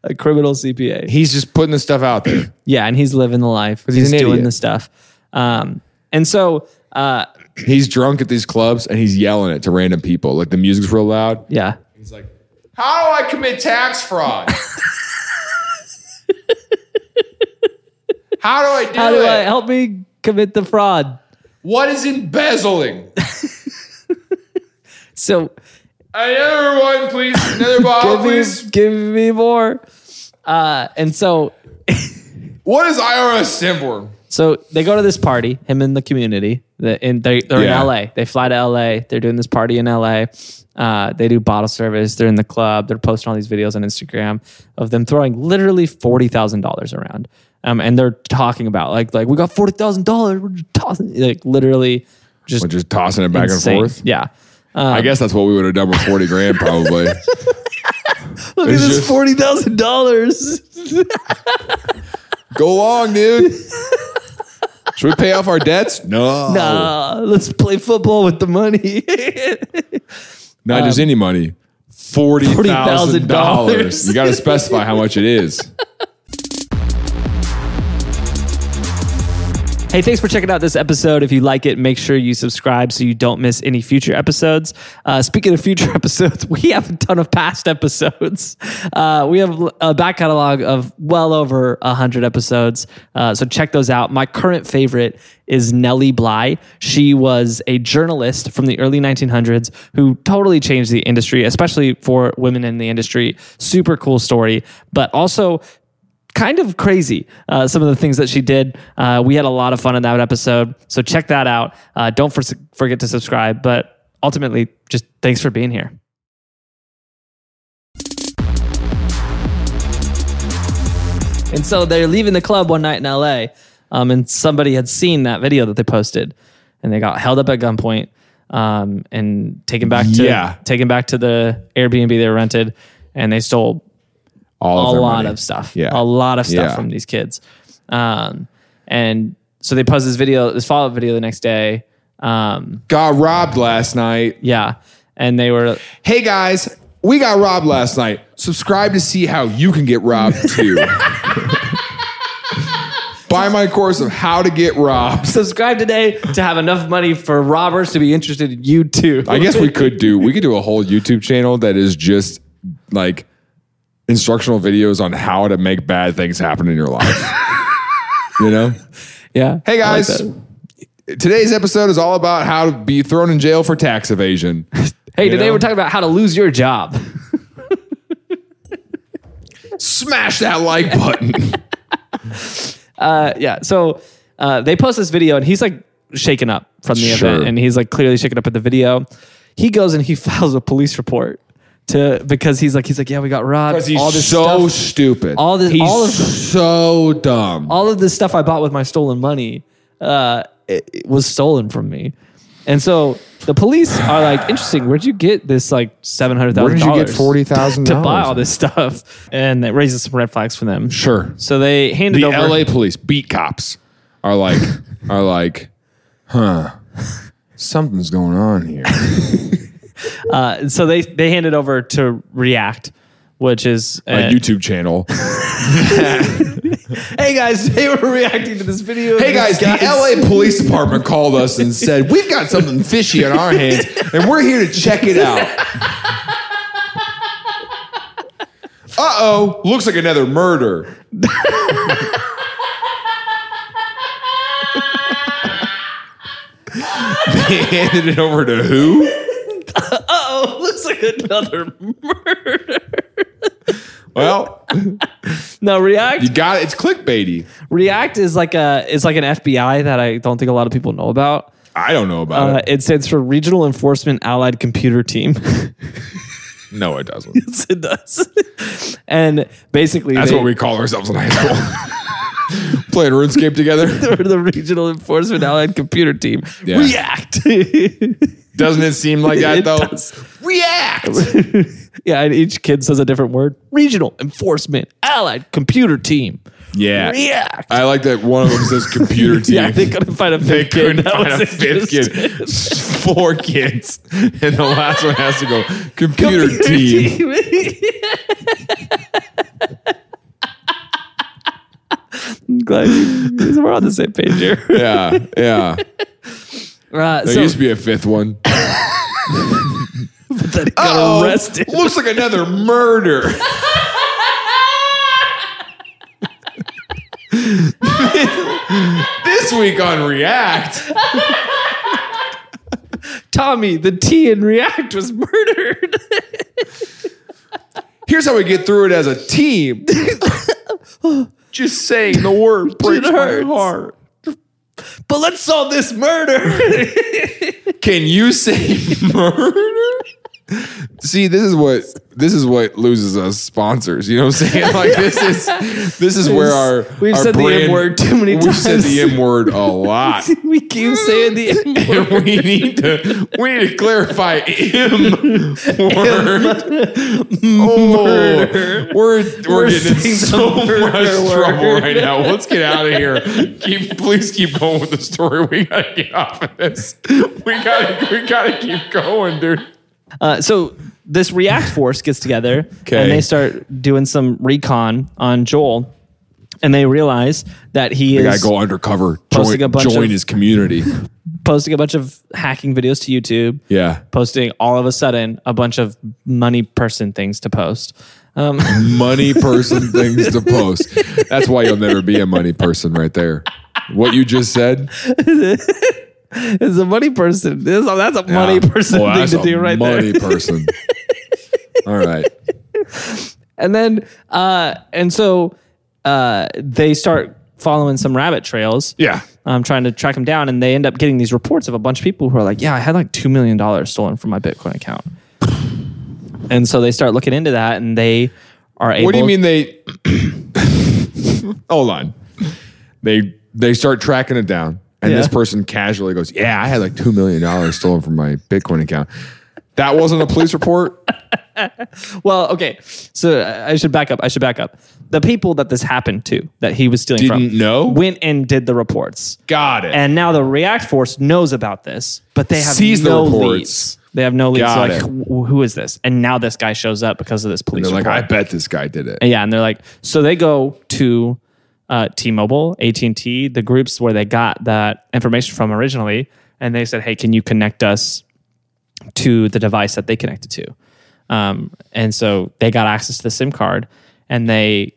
A: A criminal CPA.
B: He's just putting this stuff out there.
A: Yeah, and he's living the life. He's,
B: he's an
A: doing
B: idiot.
A: the stuff. Um, and so uh,
B: He's drunk at these clubs and he's yelling it to random people. Like the music's real loud.
A: yeah.
B: He's like, "How do I commit tax fraud? How do I do
A: How
B: it?
A: do I help me commit the fraud?
B: what is embezzling?
A: So
B: Another one, please. Another bottle,
A: give me, give me more. Uh, and so
B: What is IRS stand for?
A: So they go to this party, him and the community, the, and they, they're
B: Yeah.
A: in LA. They fly to LA. They're doing this party in LA. Uh, they do bottle service. They're in the club. They're posting all these videos on Instagram of them throwing literally forty thousand dollars around, um, and they're talking about like like we got forty thousand dollars. We're just tossing like literally just
B: We're just tossing it back
A: insane. Um,
B: and forth.
A: Yeah,
B: I guess that's what we would have done with forty grand, probably.
A: look
B: It's just-
A: forty thousand dollars.
B: Go along, dude. Should we pay off our debts? No,
A: Uh, let's play football with the money.
B: not just
A: Um,
B: any money. Forty thousand
A: $40,000.
B: dollars. You got to specify how much it is.
A: Hey, thanks for checking out this episode. If you like it, make sure you subscribe so you don't miss any future episodes. Uh, speaking of future episodes, we have a ton of past episodes. Uh, we have a back catalog of well over 100 episodes. Uh, so check those out. My current favorite is Nellie Bly. She was a journalist from the early 1900s who totally changed the industry, especially for women in the industry. Super cool story, but also kind of crazy uh, some of the things that she did uh, we had a lot of fun in that episode so check that out uh, don't for- forget to subscribe but ultimately just thanks for being here and so they're leaving the club one night in la um, and somebody had seen that video that they posted and they got held up at gunpoint um, and taken back to
B: Yeah.
A: taken back to the airbnb they rented and they stole
B: All of
A: a
B: their
A: lot
B: money.
A: of stuff.
B: Yeah.
A: A lot of stuff
B: Yeah.
A: from these kids. Um, and so they post this video, this follow up video the next day. Um,
B: Got robbed last night.
A: yeah. And they were,
B: Hey guys, we got robbed last night. Subscribe to see how you can get robbed too. Buy my course of how to get robbed.
A: subscribe today to have enough money for robbers to be interested in you too.
B: I guess we could do we could do a whole YouTube channel that is just like instructional videos on how to make bad things happen in your life. you know?
A: yeah.
B: Hey
A: I like
B: guys,
A: that.
B: today's episode is all about how to be thrown in jail for tax evasion.
A: hey, today
B: know?
A: we're talking about how to lose your job.
B: Smash that like button.
A: Uh, yeah. So uh, they post this video and he's like shaken up from the
B: Sure.
A: event and he's like clearly shaken up at the video. He goes and he files a police report to because he's like he's like yeah we got robbed
B: Because he's
A: all this
B: so
A: stuff,
B: stupid.
A: all this-
B: he's
A: all of-
B: so dumb.
A: all of this stuff I bought with my stolen money uh, it, it was stolen from me. And so the police are like, interesting. Where'd you get this like seven hundred thousand?
B: thousand
A: to buy all this stuff? And that raises some red flags for them.
B: Sure.
A: So they handed
B: The
A: over.
B: LA police, beat cops, are like, are like, huh, something's going on here.
A: Uh, so they they handed over to React, which is
B: A
A: uh,
B: YouTube channel.
A: Hey guys, they were reacting to this video.
B: Hey guys, the LA police department called us and said we've got something fishy in our hands, and we're here to check it out. Uh oh, looks like another murder. they handed it over to who?
A: Oh, looks like another murder.
B: Well,
A: No, React
B: You got it. It's clickbaity.
A: React is like a it's like an FBI that I don't think a lot of people know about.
B: I don't know about
A: Uh,
B: it.
A: it stands for Regional Enforcement Allied Computer Team.
B: No, it doesn't.
A: it does. and basically,
B: That's
A: they
B: what we call ourselves in high school. Playing RuneScape together.
A: were the Regional Enforcement Allied Computer Team.
B: Yeah.
A: React.
B: Doesn't it seem like that
A: It
B: though?
A: does.
B: React.
A: yeah, and each kid says a different word. Regional Enforcement Allied Computer Team.
B: Yeah.
A: React.
B: I like that one of them says computer team.
A: yeah, they couldn't find a
B: Uh, They
A: fifth kid.
B: couldn't
A: that
B: find
A: was
B: a fifth
A: interested.
B: kid. Four kids. And the last one has to go computer, team.
A: I'm glad you, we're on the same page here.
B: Yeah. Yeah.
A: Uh,
B: There
A: so
B: used to be a fifth one.
A: then he got
B: Oh,
A: arrested.
B: Looks like another murder. this week on React,
A: Tommy, the T in React was murdered.
B: here's how we get through it as a team. Just saying the word breaks my
A: hurts.
B: heart.
A: but let's solve this murder.
B: Can you say murder? See, this is what this is what loses us sponsors. You know what I'm saying? Like this is this is where our
A: We've
B: our
A: said the
B: brand-
A: M-word too many
B: We've said
A: times.
B: the M word a lot.
A: we keep saying the M word.
B: and we need to we need to clarify M word. Oh, we're we're, getting in
A: saying
B: so much
A: the murder
B: trouble
A: word.
B: right now. Let's get out of here. Keep please keep going with the story. We gotta get off of this. We gotta we gotta keep going, dude.
A: Uh, so this React force gets together
B: Okay.
A: and they start doing some recon on Joel, and they realize that he
B: Gotta
A: is
B: go undercover.
A: Posting
B: Join,
A: a bunch
B: join
A: of-
B: his community.
A: posting a bunch of hacking videos to YouTube.
B: Yeah.
A: Posting all of a sudden a bunch of money person things to post. Um,
B: Money person things to post. That's why you'll never be a money person right there. What you just said.
A: it's a money person. This- That's a money
B: Yeah.
A: person
B: Well,
A: thing
B: that's
A: to
B: a
A: do right
B: money
A: there.
B: person. All right.
A: And then, uh, and so uh, they start following some rabbit trails.
B: Yeah.
A: um, trying to track them down, and they end up getting these reports of a bunch of people who are like, "Yeah, I had like two million dollars stolen from my Bitcoin account," and so they start looking into that, and they are able.
B: What do you mean they? Hold on. They they start tracking it down, and this
A: Yeah.
B: person casually goes, "Yeah, I had like two million dollars stolen from my Bitcoin account." That wasn't a police report.
A: Well, okay, so uh, I should back up. I should back up. The people that this happened to, that he was stealing
B: Didn't
A: from,
B: know?
A: went and did the reports,
B: Got it.
A: and now the React Force knows about this, but they have
B: Sees the
A: no
B: reports.
A: leads. They have no leads.
B: Got
A: They're
B: it.
A: like, "Wh- who is this? And now this guy shows up because of this police.
B: They're like,
A: report.
B: "I bet this guy did it."
A: And yeah, and they're like, so they go to uh, T-Mobile, AT and T, the groups where they got that information from originally, and they said, hey, can you connect us to the device that they connected to? Um, and so they got access to the SIM card, and they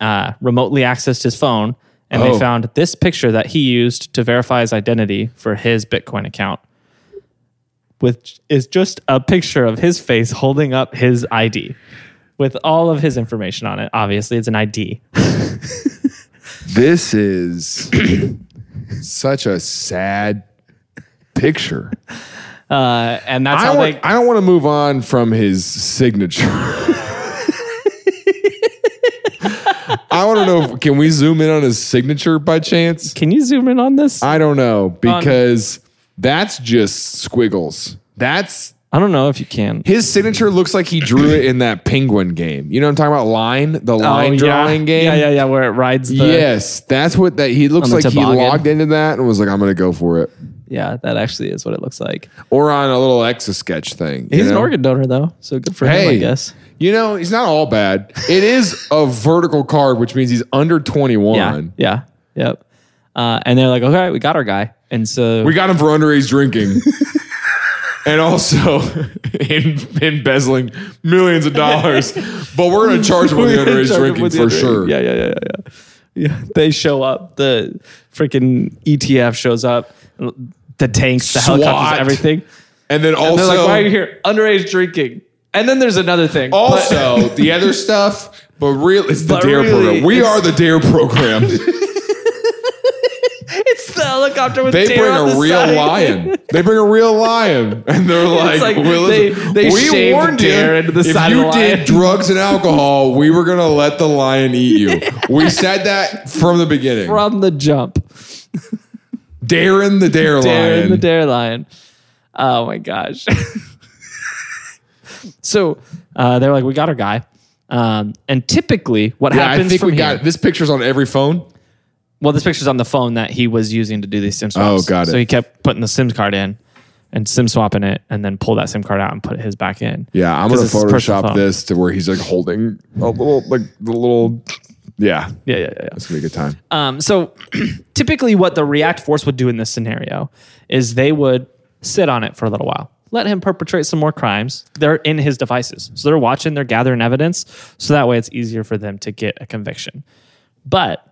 A: uh, remotely accessed his phone, and
B: Oh.
A: they found this picture that he used to verify his identity for his Bitcoin account. With is just a picture of his face holding up his ID with all of his information on it. Obviously, it's an ID.
B: This is such a sad picture.
A: Uh, and that's
B: I,
A: how
B: want,
A: they.
B: I don't want to move on from his signature. I want to know. If, can we zoom in on his signature by chance?
A: Can you zoom in on this? I,
B: I don't know because that's just squiggles. That's
A: don't know if you can.
B: his signature looks like he drew it in that penguin game. You know what I'm talking about? Line, the
A: Oh,
B: line
A: yeah.
B: drawing game.
A: Yeah, yeah, yeah, where it rides the.
B: Yes, that's what that he looks
A: On the
B: like. He
A: toboggan.
B: logged into that and was like, "I'm gonna go for it,"
A: Yeah, that actually is what it looks like.
B: or on a little Exa sketch thing. you
A: He's an
B: know?
A: organ donor, though, so good for him, I guess.
B: You know, he's not all bad. It is a vertical card, which means he's under 21.
A: Yeah, yeah, yep. Uh, and they're like, okay, we got our guy. And so
B: We got him for underage drinking. And also in, embezzling millions of dollars, but we're gonna charge him with the underage
A: Started
B: drinking
A: with the
B: for
A: underage-
B: sure.
A: Yeah, yeah, yeah, yeah, yeah. Yeah, they show up. The freaking ETF shows up. The tanks, the
B: SWAT.
A: helicopters, everything.
B: And then also,
A: They're like, why are you here? Underage drinking. And then there's another thing.
B: also the other stuff But real, it's the
A: But
B: dare
A: really,
B: program. We
A: it's-
B: are the dare program.
A: It's the helicopter with
B: They
A: Dare
B: bring
A: on
B: a
A: the
B: real
A: side.
B: lion. They bring a real lion, and they're like,
A: like
B: "Well,
A: they-
B: listen,
A: they
B: we
A: shaved
B: warned you.
A: Dare into the
B: if
A: side of
B: you
A: the
B: did
A: lion."
B: drugs and alcohol, we were gonna let the lion eat you. We said that from the beginning.
A: from the jump.
B: Darren the dare
A: Darren
B: lion.
A: the Dare Lion. Oh my gosh. so uh, they're like, we got our guy. Um, and typically, what
B: yeah,
A: happens
B: I think
A: from
B: we
A: here-
B: got this picture's on every phone.
A: well, this picture's on the phone that he was using to do these SIM
B: Oh,
A: swaps.
B: got it.
A: So he kept putting the SIM card in and SIM swapping it, and then pull that SIM card out and put his back in.
B: Yeah, I'm
A: 'Cause
B: gonna
A: it's his personal
B: Photoshop
A: phone.
B: this to where he's like holding a little, like the little. Yeah,
A: Yeah, yeah, yeah. yeah.
B: it's gonna be a good time.
A: Um, so typically, what the React Force would do in this scenario is they would sit on it for a little while, let him perpetrate some more crimes. They're in his devices. So they're watching, they're gathering evidence. So that way it's easier for them to get a conviction. But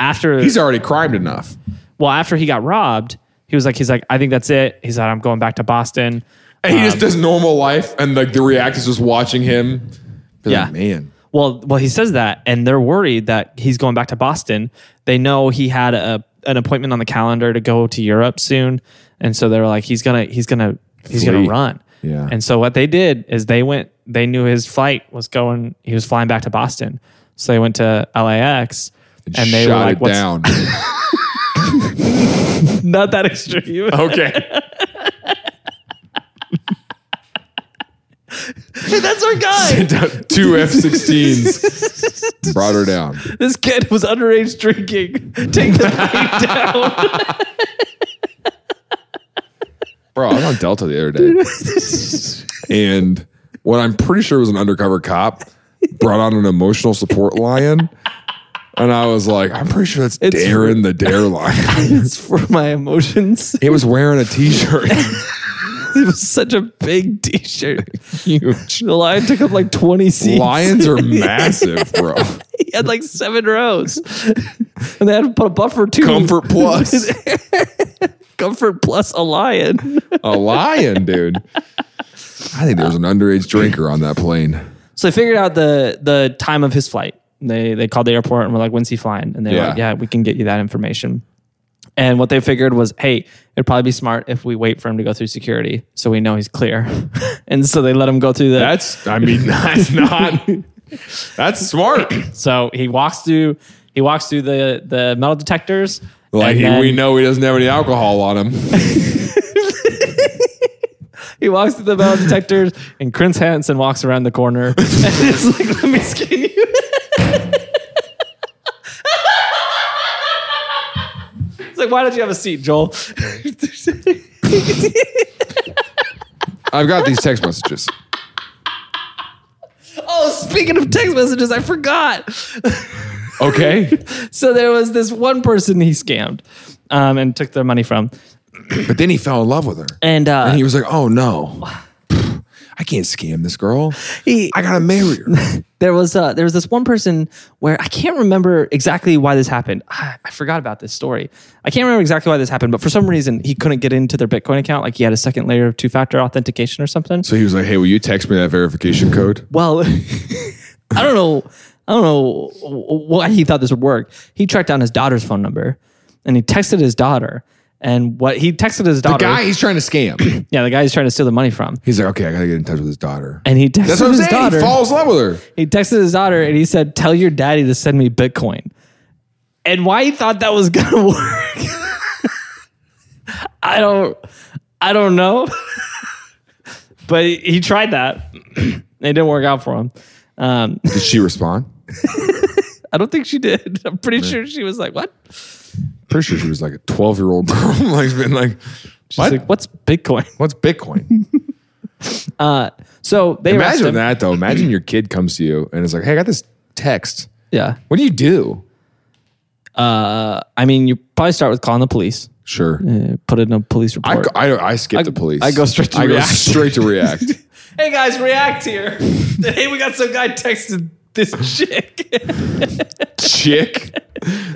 A: after
B: He's already crimed enough.
A: well, after he got robbed, he was like, he's like, I think that's it. He said, I'm going back to Boston.
B: And he
A: um,
B: just does normal life, and like the React is just watching him. Be
A: Yeah.
B: like, man.
A: Well, well, he says that, and they're worried that he's going back to Boston. They know he had a an appointment on the calendar to go to Europe soon, and so they're like, he's gonna, he's gonna, he's gonna
B: Flee.
A: run.
B: Yeah.
A: And so what they did is they went. They knew his flight was going. He was flying back to Boston, so they went to LAX, and, they were
B: shot
A: like,
B: it
A: "What's
B: down.
A: not that extreme?"
B: Oh. okay.
A: That's our guy.
B: Two F-16s brought her down.
A: this kid was underage drinking. Take the plane down.
B: Bro, I was on Delta the other day, and what I'm pretty sure was an undercover cop brought on an emotional support lion, and I was like, I'm pretty sure that's
A: It's-
B: Darren the Dare Lion.
A: it's for my emotions.
B: It was wearing a T-shirt.
A: It was such a big T-shirt. Huge. The lion took up like twenty seats.
B: Lions are massive, bro.
A: He had like seven rows, and they had to put a buffer too.
B: Comfort Plus,
A: comfort plus a lion.
B: a lion, dude. I think there was an underage drinker on that plane.
A: So they figured out the the time of his flight. They they called the airport and were like, "When's he flying?" And they were
B: Yeah.
A: like, "Yeah, we can get you that information." And what they figured was, "Hey, it'd probably be smart if we wait for him to go through security, so we know he's clear." and so they let him go through the.
B: That's, I mean, that's not. That's smart.
A: so he walks through. He walks through the the metal detectors.
B: Like
A: and
B: he,
A: then-
B: we know he doesn't have any alcohol on him.
A: He walks through the metal detectors, and Chris Hansen walks around the corner and is like, "Let me skin you." it's like, why don't you have a seat, Joel?
B: I've got these text messages.
A: oh, speaking of text messages, I forgot.
B: Okay,
A: So there was this one person he scammed um, and took their money from,
B: but then he fell in love with her,
A: and, uh,
B: and he was like, "Oh no, I can't scam this girl.
A: he-
B: I gotta marry her."
A: there was uh, there was this one person where I can't remember exactly why this happened. Ah, I forgot about this story. I can't remember exactly why this happened, but for some reason he couldn't get into their Bitcoin account. Like he had a second layer of two factor authentication or something.
B: So he was like, "Hey, will you text me that verification code?"
A: Well, I don't know. I don't know why he thought this would work. He tracked down his daughter's phone number, and he texted his daughter. And what he texted his daughter,
B: Guy, he's trying to scam.
A: yeah, the guy he's trying to steal the money from.
B: He's like, "Okay, I gotta get in touch with his daughter."
A: And he texted
B: That's what I'm
A: his
B: saying.
A: daughter.
B: He falls in love with her.
A: He texted his daughter and he said, "Tell your daddy to send me Bitcoin." And why he thought that was gonna work, I don't, I don't know. but he tried that. it didn't work out for him. Um,
B: Did she respond?
A: I don't think she did. I'm pretty sure she was like, "What?"
B: Pretty sure she was like a 12 year old girl. like, been like,
A: She's
B: what?
A: like, "What's Bitcoin?"
B: What's Bitcoin?
A: So they arrest
B: Imagine
A: him.
B: that though. Imagine your kid comes to you and is like, "Hey, I got this text.
A: Yeah. Uh,
B: What do you do?"
A: I mean, you probably start with calling the police.
B: Sure.
A: Uh, put in a police
B: I,
A: report.
B: I, I skip the police.
A: I go straight to
B: I
A: React.
B: go straight to React.
A: hey guys, react here. hey, we got some guy texted this chick.
B: Chick.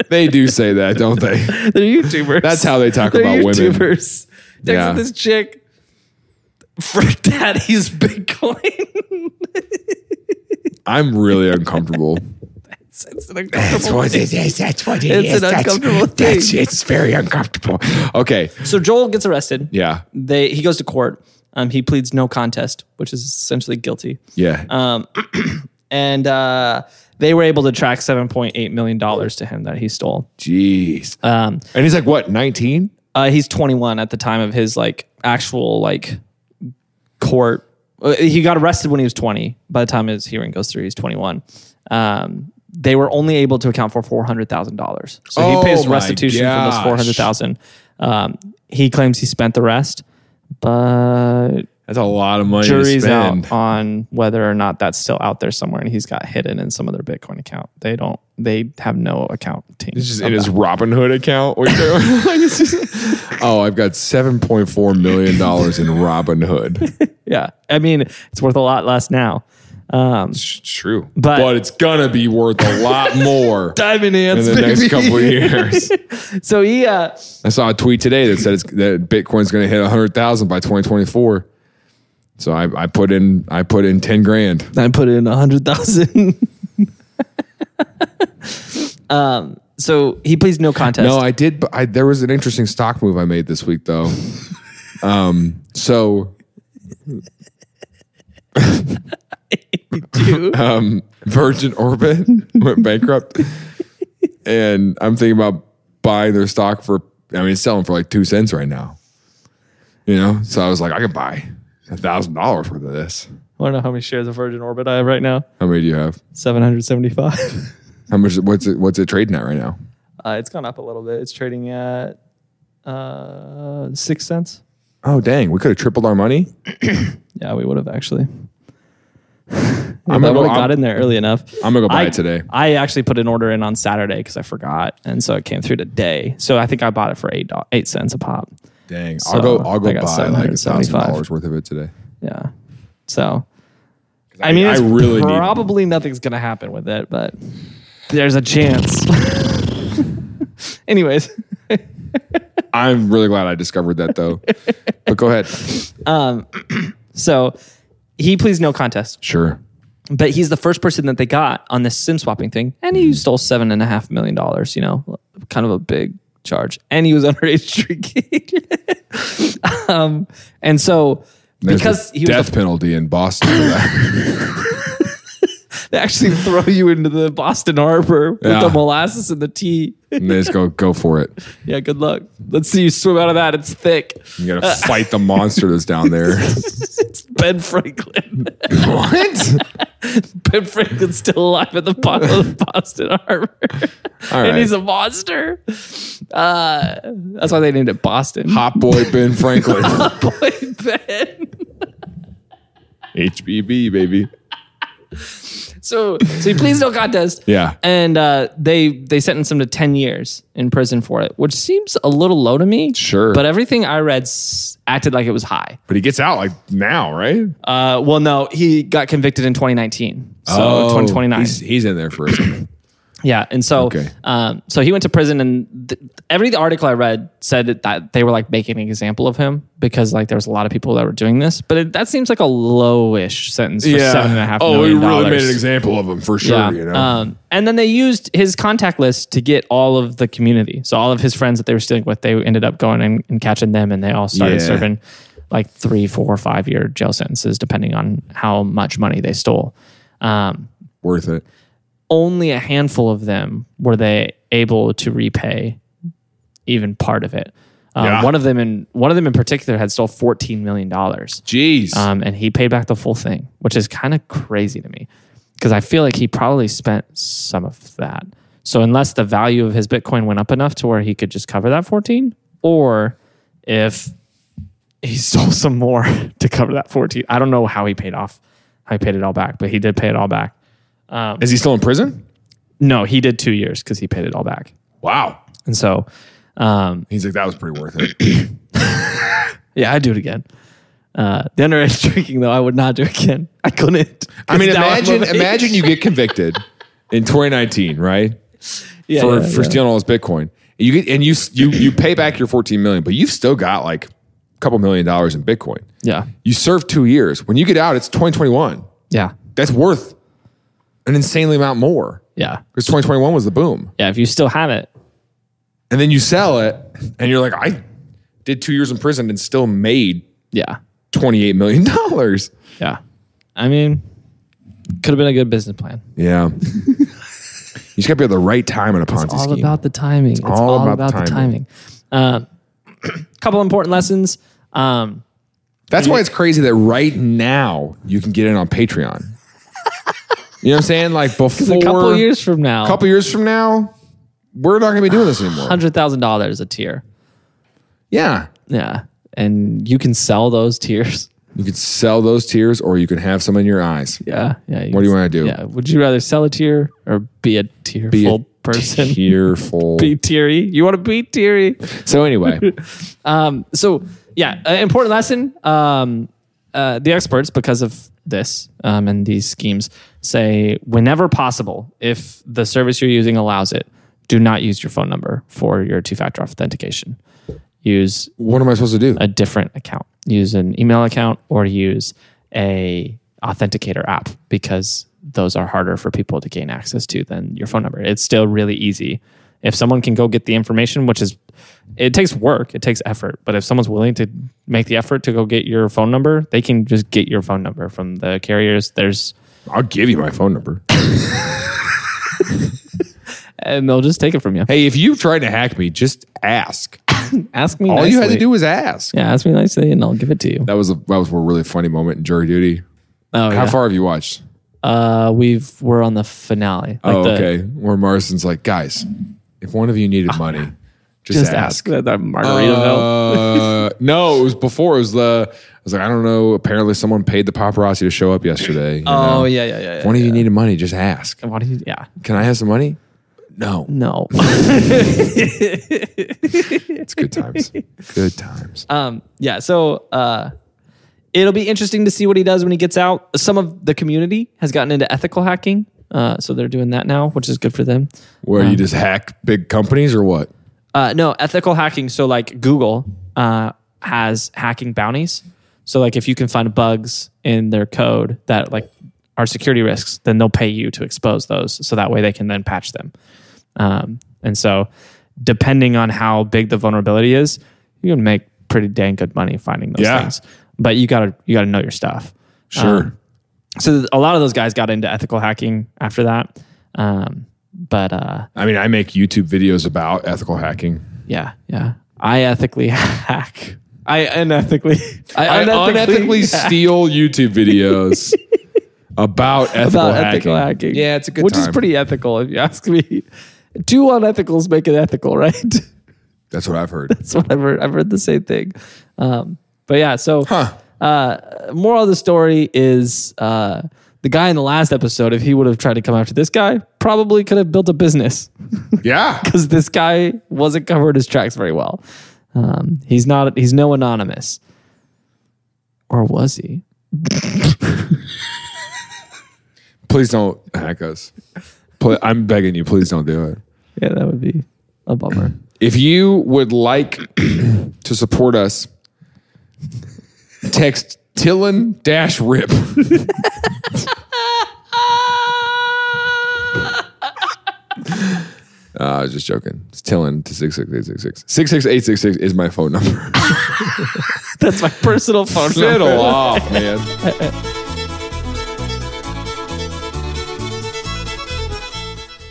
B: They do say that, don't they?
A: They're YouTubers.
B: That's how they talk
A: They're
B: about women.
A: YouTubers. Texted
B: Yeah.
A: this chick for daddy's Bitcoin.
B: I'm really uncomfortable.
A: It's, it's an uncomfortable
B: it is. That's what it
A: It's an uncomfortable thing.
B: it's very uncomfortable. Okay.
A: So Joel gets arrested.
B: Yeah.
A: They he goes to court. Um, he pleads no contest, which is essentially guilty.
B: Yeah.
A: Um, and uh, they were able to track seven point eight million dollars to him that he stole.
B: Jeez.
A: Um,
B: and he's like, what, 19?
A: uh, he's 21 at the time of his like actual like court. Uh, he got arrested when he was 20. By the time his hearing goes through, he's 21. Um, they were only able to account for four hundred thousand dollars, so
B: Oh
A: he pays
B: my
A: restitution from this
B: gosh.
A: four hundred thousand. Um, he claims he spent the rest, but
B: That's a lot of money
A: jury's
B: to spend.
A: out on whether or not that's still out there somewhere, and he's got hidden in some other Bitcoin account. They don't. They have no account team.
B: It's just in his Robin Hood account. What are you doing? Like, it's just- oh, I've got $7.4 million in Robin Hood.
A: yeah, I mean, it's worth a lot less now. Um,
B: It's true.
A: But-
B: but it's going to be worth a lot more
A: Diamond
B: in
A: hands,
B: the next couple of years.
A: So he, uh,
B: I saw a tweet today that said it's, that Bitcoin's going to hit 100,000 by 2024. So I, I put in I put in 10 grand.
A: I put in a hundred thousand. um, so he plays no contest.
B: No, I did. But I, there was an interesting stock move I made this week, though. um, so
A: do.
B: um, Virgin Orbit went bankrupt, and I'm thinking about buying their stock for. I mean, it's selling for like two cents right now. You know, so I was like, I could buy a thousand dollars worth of this.
A: I don't know how many shares of Virgin Orbit I have right now.
B: How many do you have?
A: Seven hundred seventy-five.
B: How much? What's it? What's it trading at right now?
A: Uh, it's gone up a little bit. It's trading at uh, six cents.
B: Oh, dang! We could have tripled our money.
A: Yeah, we would have actually.
B: I'm
A: If I
B: gonna
A: would
B: go.
A: have got
B: I'm,
A: in there early enough.
B: I'm gonna go buy
A: I-
B: it today.
A: I actually put an order in on Saturday because I forgot, and so it came through today. So I think I bought it for eight do- eight cents a pop.
B: Dang!
A: So,
B: I'll go. I'll
A: I
B: go
A: got
B: buy like a thousand
A: $775.
B: dollars worth of it today.
A: Yeah, so I mean,
B: I
A: it's
B: really need-
A: probably nothing's gonna happen with it, but there's a chance. Anyways,
B: I'm really glad I discovered that though. but go ahead.
A: so he pleads no contest,
B: Sure.
A: but he's the first person that they got on this sim swapping thing, and he stole seven and a half million dollars. You know, kind of a big charge, and he was underage drinking. um, and so
B: There's
A: because
B: the
A: he was
B: death
A: the
B: penalty in Boston for that.
A: they actually throw you into the Boston Harbor with
B: Yeah.
A: the molasses and the tea.
B: and they just go go for it.
A: yeah, good luck. Let's see you swim out of that. It's thick.
B: You gotta fight the monster that's down there.
A: It's Ben Franklin.
B: what?
A: Ben Franklin's still alive at the bottom of the Boston Harbor.
B: All
A: And
B: right.
A: he's a monster. Uh, that's why they named it Boston.
B: Hot boy Ben Franklin.
A: Boy Ben.
B: HBB baby.
A: So, so he pleads no contest.
B: Yeah.
A: And uh, they they sentenced him to ten years in prison for it, which seems a little low to me.
B: Sure.
A: But everything I read s- acted like it was high.
B: But he gets out like now, right?
A: Uh, well, no, he got convicted in 2019. So 2029.
B: Oh, He's, he's in there for a second.
A: Yeah, and so
B: Okay.
A: um, so he went to prison, and th- every article I read said that they were like making an example of him because like there was a lot of people that were doing this, but it, that seems like a lowish sentence for seven and a half.
B: Oh, he
A: million
B: really made
A: dollars.
B: an example of him for sure.
A: Yeah.
B: You know.
A: um, and then they used his contact list to get all of the community. So all of his friends that they were stealing with, they ended up going and, and catching them, and they all started
B: Yeah.
A: serving like three, four, five year jail sentences, depending on how much money they stole. Um,
B: Worth it.
A: only a handful of them were they able to repay even part of it. Um,
B: Yeah.
A: One of them in one of them in particular had stole fourteen million dollars,
B: Jeez.
A: um, and he paid back the full thing, which is kind of crazy to me because I feel like he probably spent some of that. So unless the value of his Bitcoin went up enough to where he could just cover that fourteen, or if he stole some more to cover that fourteen, I don't know how he paid off, how he paid it all back, but he did pay it all back.
B: Is he still in prison?
A: No, he did two years because he paid it all back.
B: Wow.
A: And so, um,
B: He's like that was pretty worth it.
A: yeah, I'd do it again. Uh, the underage drinking, though, I would not do again. I couldn't.
B: I mean,
A: 'Cause now I'm
B: imagine
A: of age.
B: imagine you get convicted in 2019, right?
A: Yeah,
B: for
A: yeah,
B: for
A: yeah.
B: stealing all this Bitcoin. And you get and you you you pay back your 14 million, but you've still got like a couple million dollars in Bitcoin.
A: Yeah.
B: You serve two years. When you get out, it's 2021.
A: Yeah.
B: That's worth an insanely amount more
A: Yeah.
B: because 2021 was the boom.
A: Yeah. If you still have it,
B: And then you sell it and you're like, I did two years in prison and still made
A: yeah.
B: $28 million.
A: Yeah. I mean, could have been a good business plan.
B: Yeah. you just got to be at the right time in a Ponzi
A: all
B: scheme.
A: about the timing. It's, all, about, the timing. Uh, couple important lessons. Um,
B: That's why it's crazy that right now you can get in on Patreon. you know what I'm saying? Like before
A: a couple years from now,
B: couple years from now, we're not going to be doing this anymore.
A: hundred thousand dollars a tier.
B: Yeah.
A: Yeah, and you can sell those tiers.
B: You could sell those tears or you can have some in your eyes.
A: Yeah, yeah.
B: What do you want to do?
A: Yeah. Would you rather sell a tier or be a tearful
B: Be a
A: person?
B: Tearful.
A: be teary. You want to be teary? Um,
B: so anyway,
A: so yeah, uh, important lesson. Um, uh, the experts, because of this um, and these schemes, say whenever possible, if the service you're using allows it, do not use your phone number for your two-factor authentication. Use
B: what am I supposed to do?
A: a different account. Use an email account or use a authenticator app because those are harder for people to gain access to than your phone number. It's still really easy. If someone can go get the information, which is it takes work, it takes effort, but if someone's willing to make the effort to go get your phone number, they can just get your phone number from the carriers. There's
B: I'll give you my phone number.
A: and they'll just take it from you.
B: hey, if you tried to hack me, just ask.
A: Ask me.
B: All you had to
A: nicely.
B: do was ask.
A: Yeah, ask me nicely and I'll give it to you.
B: That was a that was a really funny moment in jury duty.
A: Oh,
B: How
A: yeah.
B: far have you watched?
A: Uh, we've we're on the finale. Like
B: oh,
A: the-
B: okay. Where Marston's like, guys, if one of you needed money, just,
A: Just ask.
B: ask.
A: That that Margaritaville.
B: Uh, no, it was before. It was the. I was like, I don't know. Apparently, someone paid the paparazzi to show up yesterday. you know?
A: Oh yeah, yeah, yeah.
B: If one of you needed money, just ask.
A: Why do you? Yeah.
B: Can I have some money? No,
A: No.
B: it's good times. good times.
A: um. Yeah. So. Uh. It'll be interesting to see what he does when he gets out. Some of the community has gotten into ethical hacking, uh, so they're doing that now, which is good for them.
B: Where
A: um,
B: you just hack big companies or what?
A: Uh, no, ethical hacking. So like Google uh, has hacking bounties. So like if you can find bugs in their code that like are security risks, then they'll pay you to expose those. So that way they can then patch them. Um, and so depending on how big the vulnerability is, you can make pretty dang good money finding those
B: Yeah.
A: things. But you gotta you gotta know your stuff.
B: Sure.
A: um, So th- a lot of those guys got into ethical hacking after that. Um, but uh,
B: I mean, I make YouTube videos about ethical hacking.
A: Yeah, yeah. I ethically hack. I unethically.
B: I unethically steal YouTube videos about ethical
A: about
B: hacking.
A: ethical hacking.
B: Yeah, it's a good
A: which is
B: time.
A: pretty ethical if you ask me. Two unethicals make it ethical, right?
B: That's what I've heard.
A: That's what I've heard. I've heard the same thing. Um, but yeah, so
B: Huh.
A: uh, moral of the story is uh, the guy in the last episode, if he would have tried to come after this guy, probably could have built a business.
B: Yeah.
A: because this guy wasn't covering his tracks very well. Um, he's not. He's no anonymous, or was he?
B: Please don't hack us. Pl- I'm begging you, please don't do it.
A: Yeah, that would be a bummer.
B: If you would like to support us, text Tillin dash rip. Uh, I was just joking. It's Tillin to 66866. 66866 is my phone number.
A: That's my personal phone
B: Fiddle off, man.